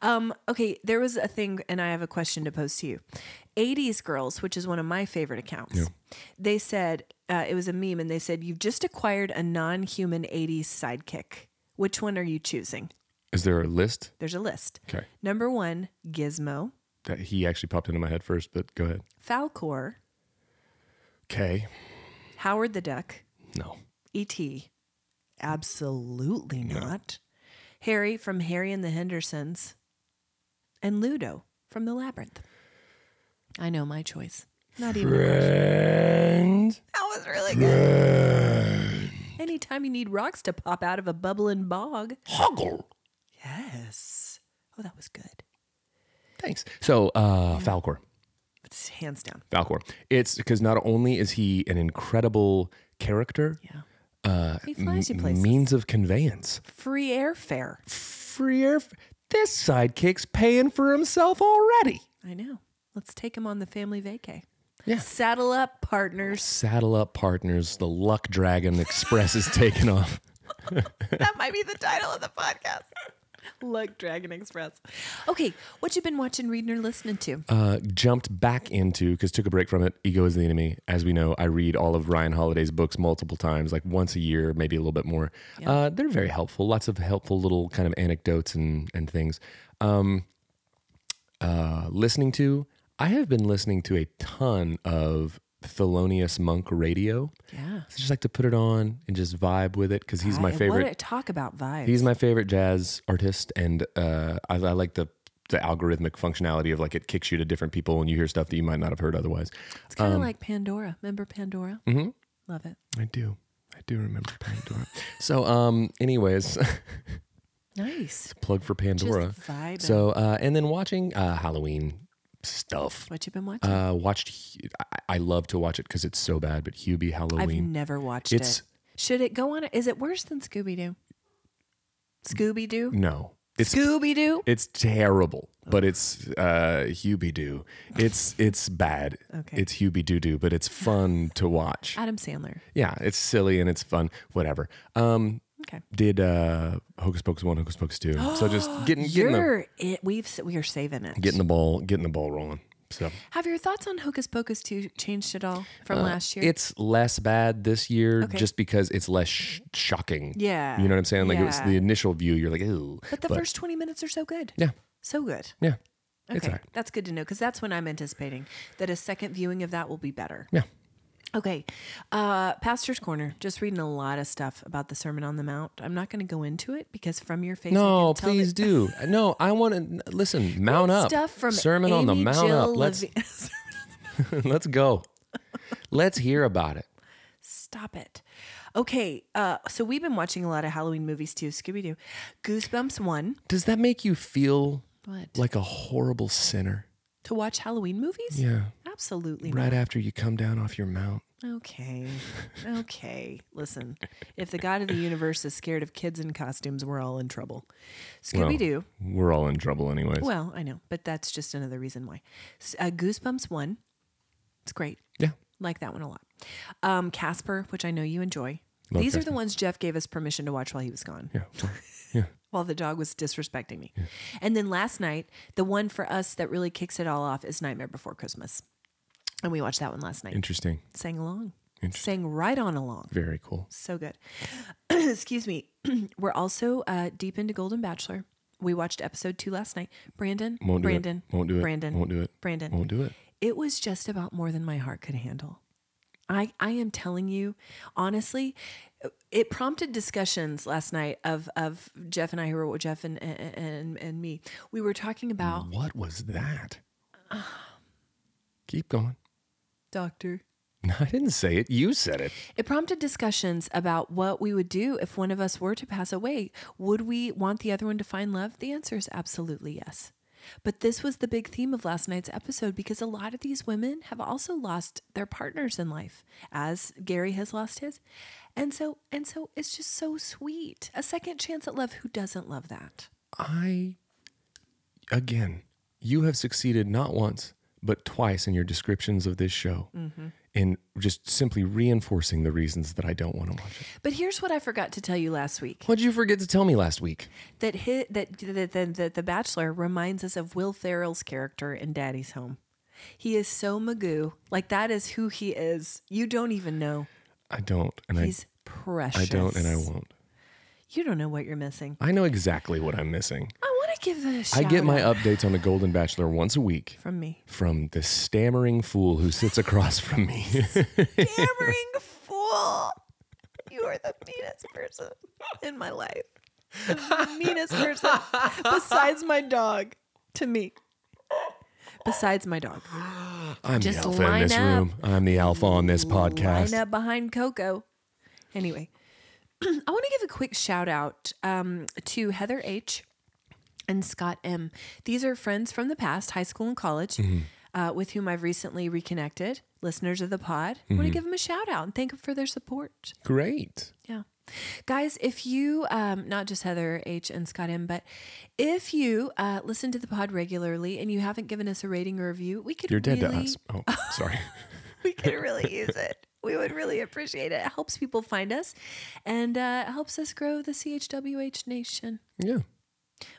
[SPEAKER 2] Um, okay, there was a thing, and I have a question to pose to you. 80s Girls, which is one of my favorite accounts, they said uh, it was a meme, and they said you've just acquired a non-human 80s sidekick. Which one are you choosing?
[SPEAKER 1] Is there a list?
[SPEAKER 2] There's a list.
[SPEAKER 1] Okay.
[SPEAKER 2] Number one, Gizmo,
[SPEAKER 1] That he actually popped into my head first, but go ahead.
[SPEAKER 2] Falcor,
[SPEAKER 1] Okay.
[SPEAKER 2] Howard the Duck,
[SPEAKER 1] No.
[SPEAKER 2] E.T. E Absolutely not. Harry from Harry and the Hendersons, and Ludo from The Labyrinth. I know my choice. Not even.
[SPEAKER 1] Friend.
[SPEAKER 2] That was really good. Anytime you need rocks to pop out of a bubbling bog.
[SPEAKER 1] Hoggle.
[SPEAKER 2] Yes. Oh, that was good.
[SPEAKER 1] Thanks. So, uh, Falcor.
[SPEAKER 2] It's hands down.
[SPEAKER 1] Falcor. It's because not only is he an incredible character,
[SPEAKER 2] Yeah.
[SPEAKER 1] uh,
[SPEAKER 2] He flies you
[SPEAKER 1] m-
[SPEAKER 2] places.
[SPEAKER 1] means of conveyance.
[SPEAKER 2] Free airfare.
[SPEAKER 1] Free air. This sidekick's paying for himself already.
[SPEAKER 2] I know. Let's take him on the family vacay.
[SPEAKER 1] Yeah.
[SPEAKER 2] Saddle up, partners.
[SPEAKER 1] Saddle up, partners. The Luck Dragon Express is taking off.
[SPEAKER 2] That might be the title of the podcast. Look, Dragon Express. Okay, what you been watching, reading, or listening to?
[SPEAKER 1] Uh, jumped back into because took a break from it. Ego is the enemy, as we know. I read all of Ryan Holiday's books multiple times, like once a year, maybe a little bit more. Uh, they're very helpful. Lots of helpful little kind of anecdotes and and things. Um, uh, listening to, I have been listening to a ton of Thelonious Monk radio.
[SPEAKER 2] yeah.
[SPEAKER 1] I just like to put it on and just vibe with it because he's my favorite.
[SPEAKER 2] What talk about vibes.
[SPEAKER 1] He's my favorite jazz artist, and uh, I, I like the the algorithmic functionality of like it kicks you to different people, and you hear stuff that you might not have heard otherwise.
[SPEAKER 2] it's kind
[SPEAKER 1] um,
[SPEAKER 2] of like Pandora. Remember Pandora? Mm-hmm. Love it.
[SPEAKER 1] I do, I do remember Pandora. so, um, anyways,
[SPEAKER 2] Nice.
[SPEAKER 1] plug for Pandora.
[SPEAKER 2] Just vibing.
[SPEAKER 1] So, uh, and then watching uh, Halloween stuff.
[SPEAKER 2] what you been watching?
[SPEAKER 1] Uh, watched. Hu- I, I love to watch it because it's so bad, but Hubie
[SPEAKER 2] I've
[SPEAKER 1] Halloween.
[SPEAKER 2] never watched
[SPEAKER 1] it's-
[SPEAKER 2] it. Should it go on? Is it worse than Scooby Doo? Scooby Doo?
[SPEAKER 1] no, it's
[SPEAKER 2] Scooby Doo?
[SPEAKER 1] It's terrible, but it's uh Hubie Doo. It's it's bad.
[SPEAKER 2] Okay.
[SPEAKER 1] It's Hubie Doo Doo, but it's fun to watch.
[SPEAKER 2] Adam Sandler.
[SPEAKER 1] Yeah, it's silly and it's fun. Whatever. Um
[SPEAKER 2] Okay.
[SPEAKER 1] did uh Hocus Pocus one, Hocus Pocus two. so just getting getting the
[SPEAKER 2] You're it. We've s- we are saving it.
[SPEAKER 1] getting the ball getting the ball rolling. So
[SPEAKER 2] Have your thoughts on Hocus Pocus two changed at all
[SPEAKER 1] Uh,
[SPEAKER 2] from last year?
[SPEAKER 1] it's less bad this year
[SPEAKER 2] Okay.
[SPEAKER 1] just because it's less sh- shocking.
[SPEAKER 2] Yeah.
[SPEAKER 1] You know what I'm saying? Like it was
[SPEAKER 2] Yeah.
[SPEAKER 1] the initial view, you're like, ooh.
[SPEAKER 2] But the first 20 minutes are so good.
[SPEAKER 1] Yeah.
[SPEAKER 2] So good.
[SPEAKER 1] Yeah.
[SPEAKER 2] Okay.
[SPEAKER 1] It's all right.
[SPEAKER 2] That's good to know because that's when I'm anticipating that a second viewing of that will be better.
[SPEAKER 1] Yeah.
[SPEAKER 2] Okay. Uh, Pastor's Corner, just reading a lot of stuff about the Sermon on the Mount. I'm not going to go into it because from your face, I
[SPEAKER 1] No,
[SPEAKER 2] can tell
[SPEAKER 1] please
[SPEAKER 2] that
[SPEAKER 1] do. No, I want to listen. Mount up.
[SPEAKER 2] Stuff from
[SPEAKER 1] Sermon on the
[SPEAKER 2] Amy
[SPEAKER 1] Mount
[SPEAKER 2] Jill
[SPEAKER 1] up. Let's
[SPEAKER 2] Levine-
[SPEAKER 1] let's go. Let's hear about it.
[SPEAKER 2] Stop it. Okay. Uh, so we've been watching a lot of Halloween movies too Scooby Doo. Goosebumps 1.
[SPEAKER 1] Does that make you feel
[SPEAKER 2] What?
[SPEAKER 1] like a horrible sinner?
[SPEAKER 2] To watch Halloween movies?
[SPEAKER 1] Yeah.
[SPEAKER 2] Absolutely
[SPEAKER 1] Right after you come down off your mount.
[SPEAKER 2] Okay. Okay. Listen, if the God of the universe is scared of kids in costumes, we're all in trouble. Scooby Doo.
[SPEAKER 1] We're all in trouble anyways.
[SPEAKER 2] Well, I know, but that's just another reason why. S- Uh, Goosebumps 1. It's great.
[SPEAKER 1] yeah.
[SPEAKER 2] Like that one a lot. Um, Casper, which I know you enjoy.
[SPEAKER 1] Love
[SPEAKER 2] These are
[SPEAKER 1] Casper.
[SPEAKER 2] the ones Jeff gave us permission to watch while he was gone,
[SPEAKER 1] Yeah. Yeah.
[SPEAKER 2] while the dog was disrespecting me. And then last night, the one for us that really kicks it all off is Nightmare Before Christmas. And we watched that one last night.
[SPEAKER 1] Interesting.
[SPEAKER 2] Sang along. Sang right on along.
[SPEAKER 1] Very cool.
[SPEAKER 2] So good. Excuse me. We're also uh, deep into Golden Bachelor. We watched episode two last night. Brandon,
[SPEAKER 1] Won't do
[SPEAKER 2] Brandon,
[SPEAKER 1] it. Won't do it.
[SPEAKER 2] Brandon,
[SPEAKER 1] Won't do it.
[SPEAKER 2] Brandon.
[SPEAKER 1] Won't do it.
[SPEAKER 2] It was just about more than my heart could handle. I, I am telling you, honestly, it prompted discussions last night of of Jeff and I, who were Jeff and and and me. We were talking about
[SPEAKER 1] What was that?
[SPEAKER 2] Ah.
[SPEAKER 1] Keep going.
[SPEAKER 2] Doctor.
[SPEAKER 1] No, I didn't say it. You said it.
[SPEAKER 2] It prompted discussions about what we would do if one of us were to pass away. Would we want the other one to find love? The answer is absolutely yes. But this was the big theme of last night's episode because a lot of these women have also lost their partners in life, as Gary has lost his. And so and so it's just so sweet. A second chance at love. Who doesn't love that?
[SPEAKER 1] I,
[SPEAKER 2] Mm-hmm.
[SPEAKER 1] again, you have succeeded not once, but twice in your descriptions of this show and just simply reinforcing the reasons that I don't want to watch it.
[SPEAKER 2] But here's what I forgot to tell you last week.
[SPEAKER 1] What did you forget to tell me last week?
[SPEAKER 2] that hit that that that that the Bachelor reminds us of Will Ferrell's character in Daddy's Home. He is so Magoo, like that is who he is. You don't even know
[SPEAKER 1] I don't, and I,
[SPEAKER 2] he's precious.
[SPEAKER 1] I don't, and I won't.
[SPEAKER 2] You don't know what you're missing.
[SPEAKER 1] I know exactly what I'm missing.
[SPEAKER 2] I want to give a
[SPEAKER 1] I
[SPEAKER 2] shout
[SPEAKER 1] get my
[SPEAKER 2] out
[SPEAKER 1] updates on the Golden Bachelor once a week
[SPEAKER 2] from me.
[SPEAKER 1] from the stammering fool who sits across from me.
[SPEAKER 2] Hammering fool, you are the meanest person in my life. The meanest person besides my dog to me. Besides my dog.
[SPEAKER 1] I'm
[SPEAKER 2] Just
[SPEAKER 1] the alpha in
[SPEAKER 2] line
[SPEAKER 1] this
[SPEAKER 2] up.
[SPEAKER 1] room. I'm the alpha on this
[SPEAKER 2] line
[SPEAKER 1] podcast.
[SPEAKER 2] up behind Coco. Anyway, I want to give a quick shout out um, to Heather H. and Scott M. These are friends from the past, high school and college,
[SPEAKER 1] Mm-hmm.
[SPEAKER 2] uh, with whom I've recently reconnected. Listeners of the pod, I
[SPEAKER 1] Mm-hmm.
[SPEAKER 2] want to give them a shout out and thank them for their support.
[SPEAKER 1] Great.
[SPEAKER 2] Yeah. Guys, if you, um, not just Heather H. and Scott M., but if you uh, listen to the pod regularly and you haven't given us a rating or review, we could
[SPEAKER 1] You're dead
[SPEAKER 2] really
[SPEAKER 1] to us. Oh, sorry.
[SPEAKER 2] we could really use it. We would really appreciate it. It helps people find us and uh, it helps us grow the CHWH nation.
[SPEAKER 1] yeah.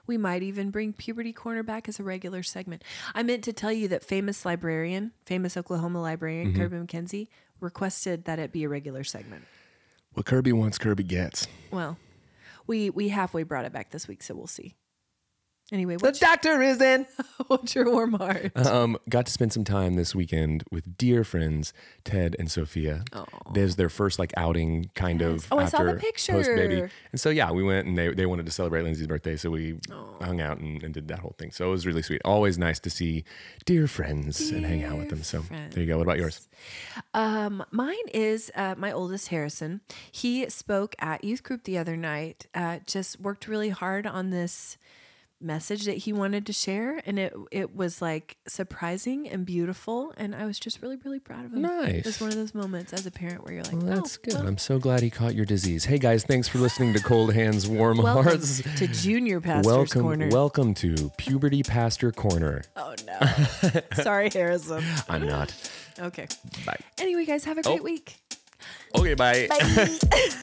[SPEAKER 2] We might even bring Puberty Corner back as a regular segment. I meant to tell you that famous librarian, famous Oklahoma librarian,
[SPEAKER 1] Mm-hmm.
[SPEAKER 2] Kirby McKenzie, requested that it be a regular segment.
[SPEAKER 1] What Kirby wants, Kirby gets.
[SPEAKER 2] Well, we we halfway brought it back this week, so we'll see. Anyway,
[SPEAKER 1] The
[SPEAKER 2] what's,
[SPEAKER 1] doctor is in.
[SPEAKER 2] what's your warm heart?
[SPEAKER 1] Um, got to spend some time this weekend with dear friends Ted and Sophia. There's their first like outing, kind of.
[SPEAKER 2] Oh, I saw
[SPEAKER 1] after
[SPEAKER 2] the
[SPEAKER 1] Post baby,
[SPEAKER 2] picture.
[SPEAKER 1] and so yeah, we went and they they wanted to celebrate Lindsay's birthday, so we hung out and, and did that whole thing. So it was really sweet. Always nice to see dear friends and hang out with them. So there you go. What about yours?
[SPEAKER 2] Oh, Um, mine is uh, my oldest Harrison. He spoke at youth group the other night. Uh, just worked really hard on this message that he wanted to share, and it it was like surprising and beautiful. And I was just really really proud of him. It was
[SPEAKER 1] Nice.
[SPEAKER 2] one of those moments as a parent where you're like,
[SPEAKER 1] Well, that's
[SPEAKER 2] oh,
[SPEAKER 1] good. I'm so glad he caught your disease. Hey guys, thanks for listening to Cold Hands, Warm
[SPEAKER 2] Well, welcome
[SPEAKER 1] Hearts.
[SPEAKER 2] to Junior Pastor's
[SPEAKER 1] Welcome,
[SPEAKER 2] Corner.
[SPEAKER 1] welcome to Puberty Pastor Corner.
[SPEAKER 2] oh no, sorry, Harrison.
[SPEAKER 1] I'm not.
[SPEAKER 2] Okay.
[SPEAKER 1] Bye.
[SPEAKER 2] Anyway, guys, have a great
[SPEAKER 1] Oh.
[SPEAKER 2] week.
[SPEAKER 1] Okay, bye.
[SPEAKER 2] Bye.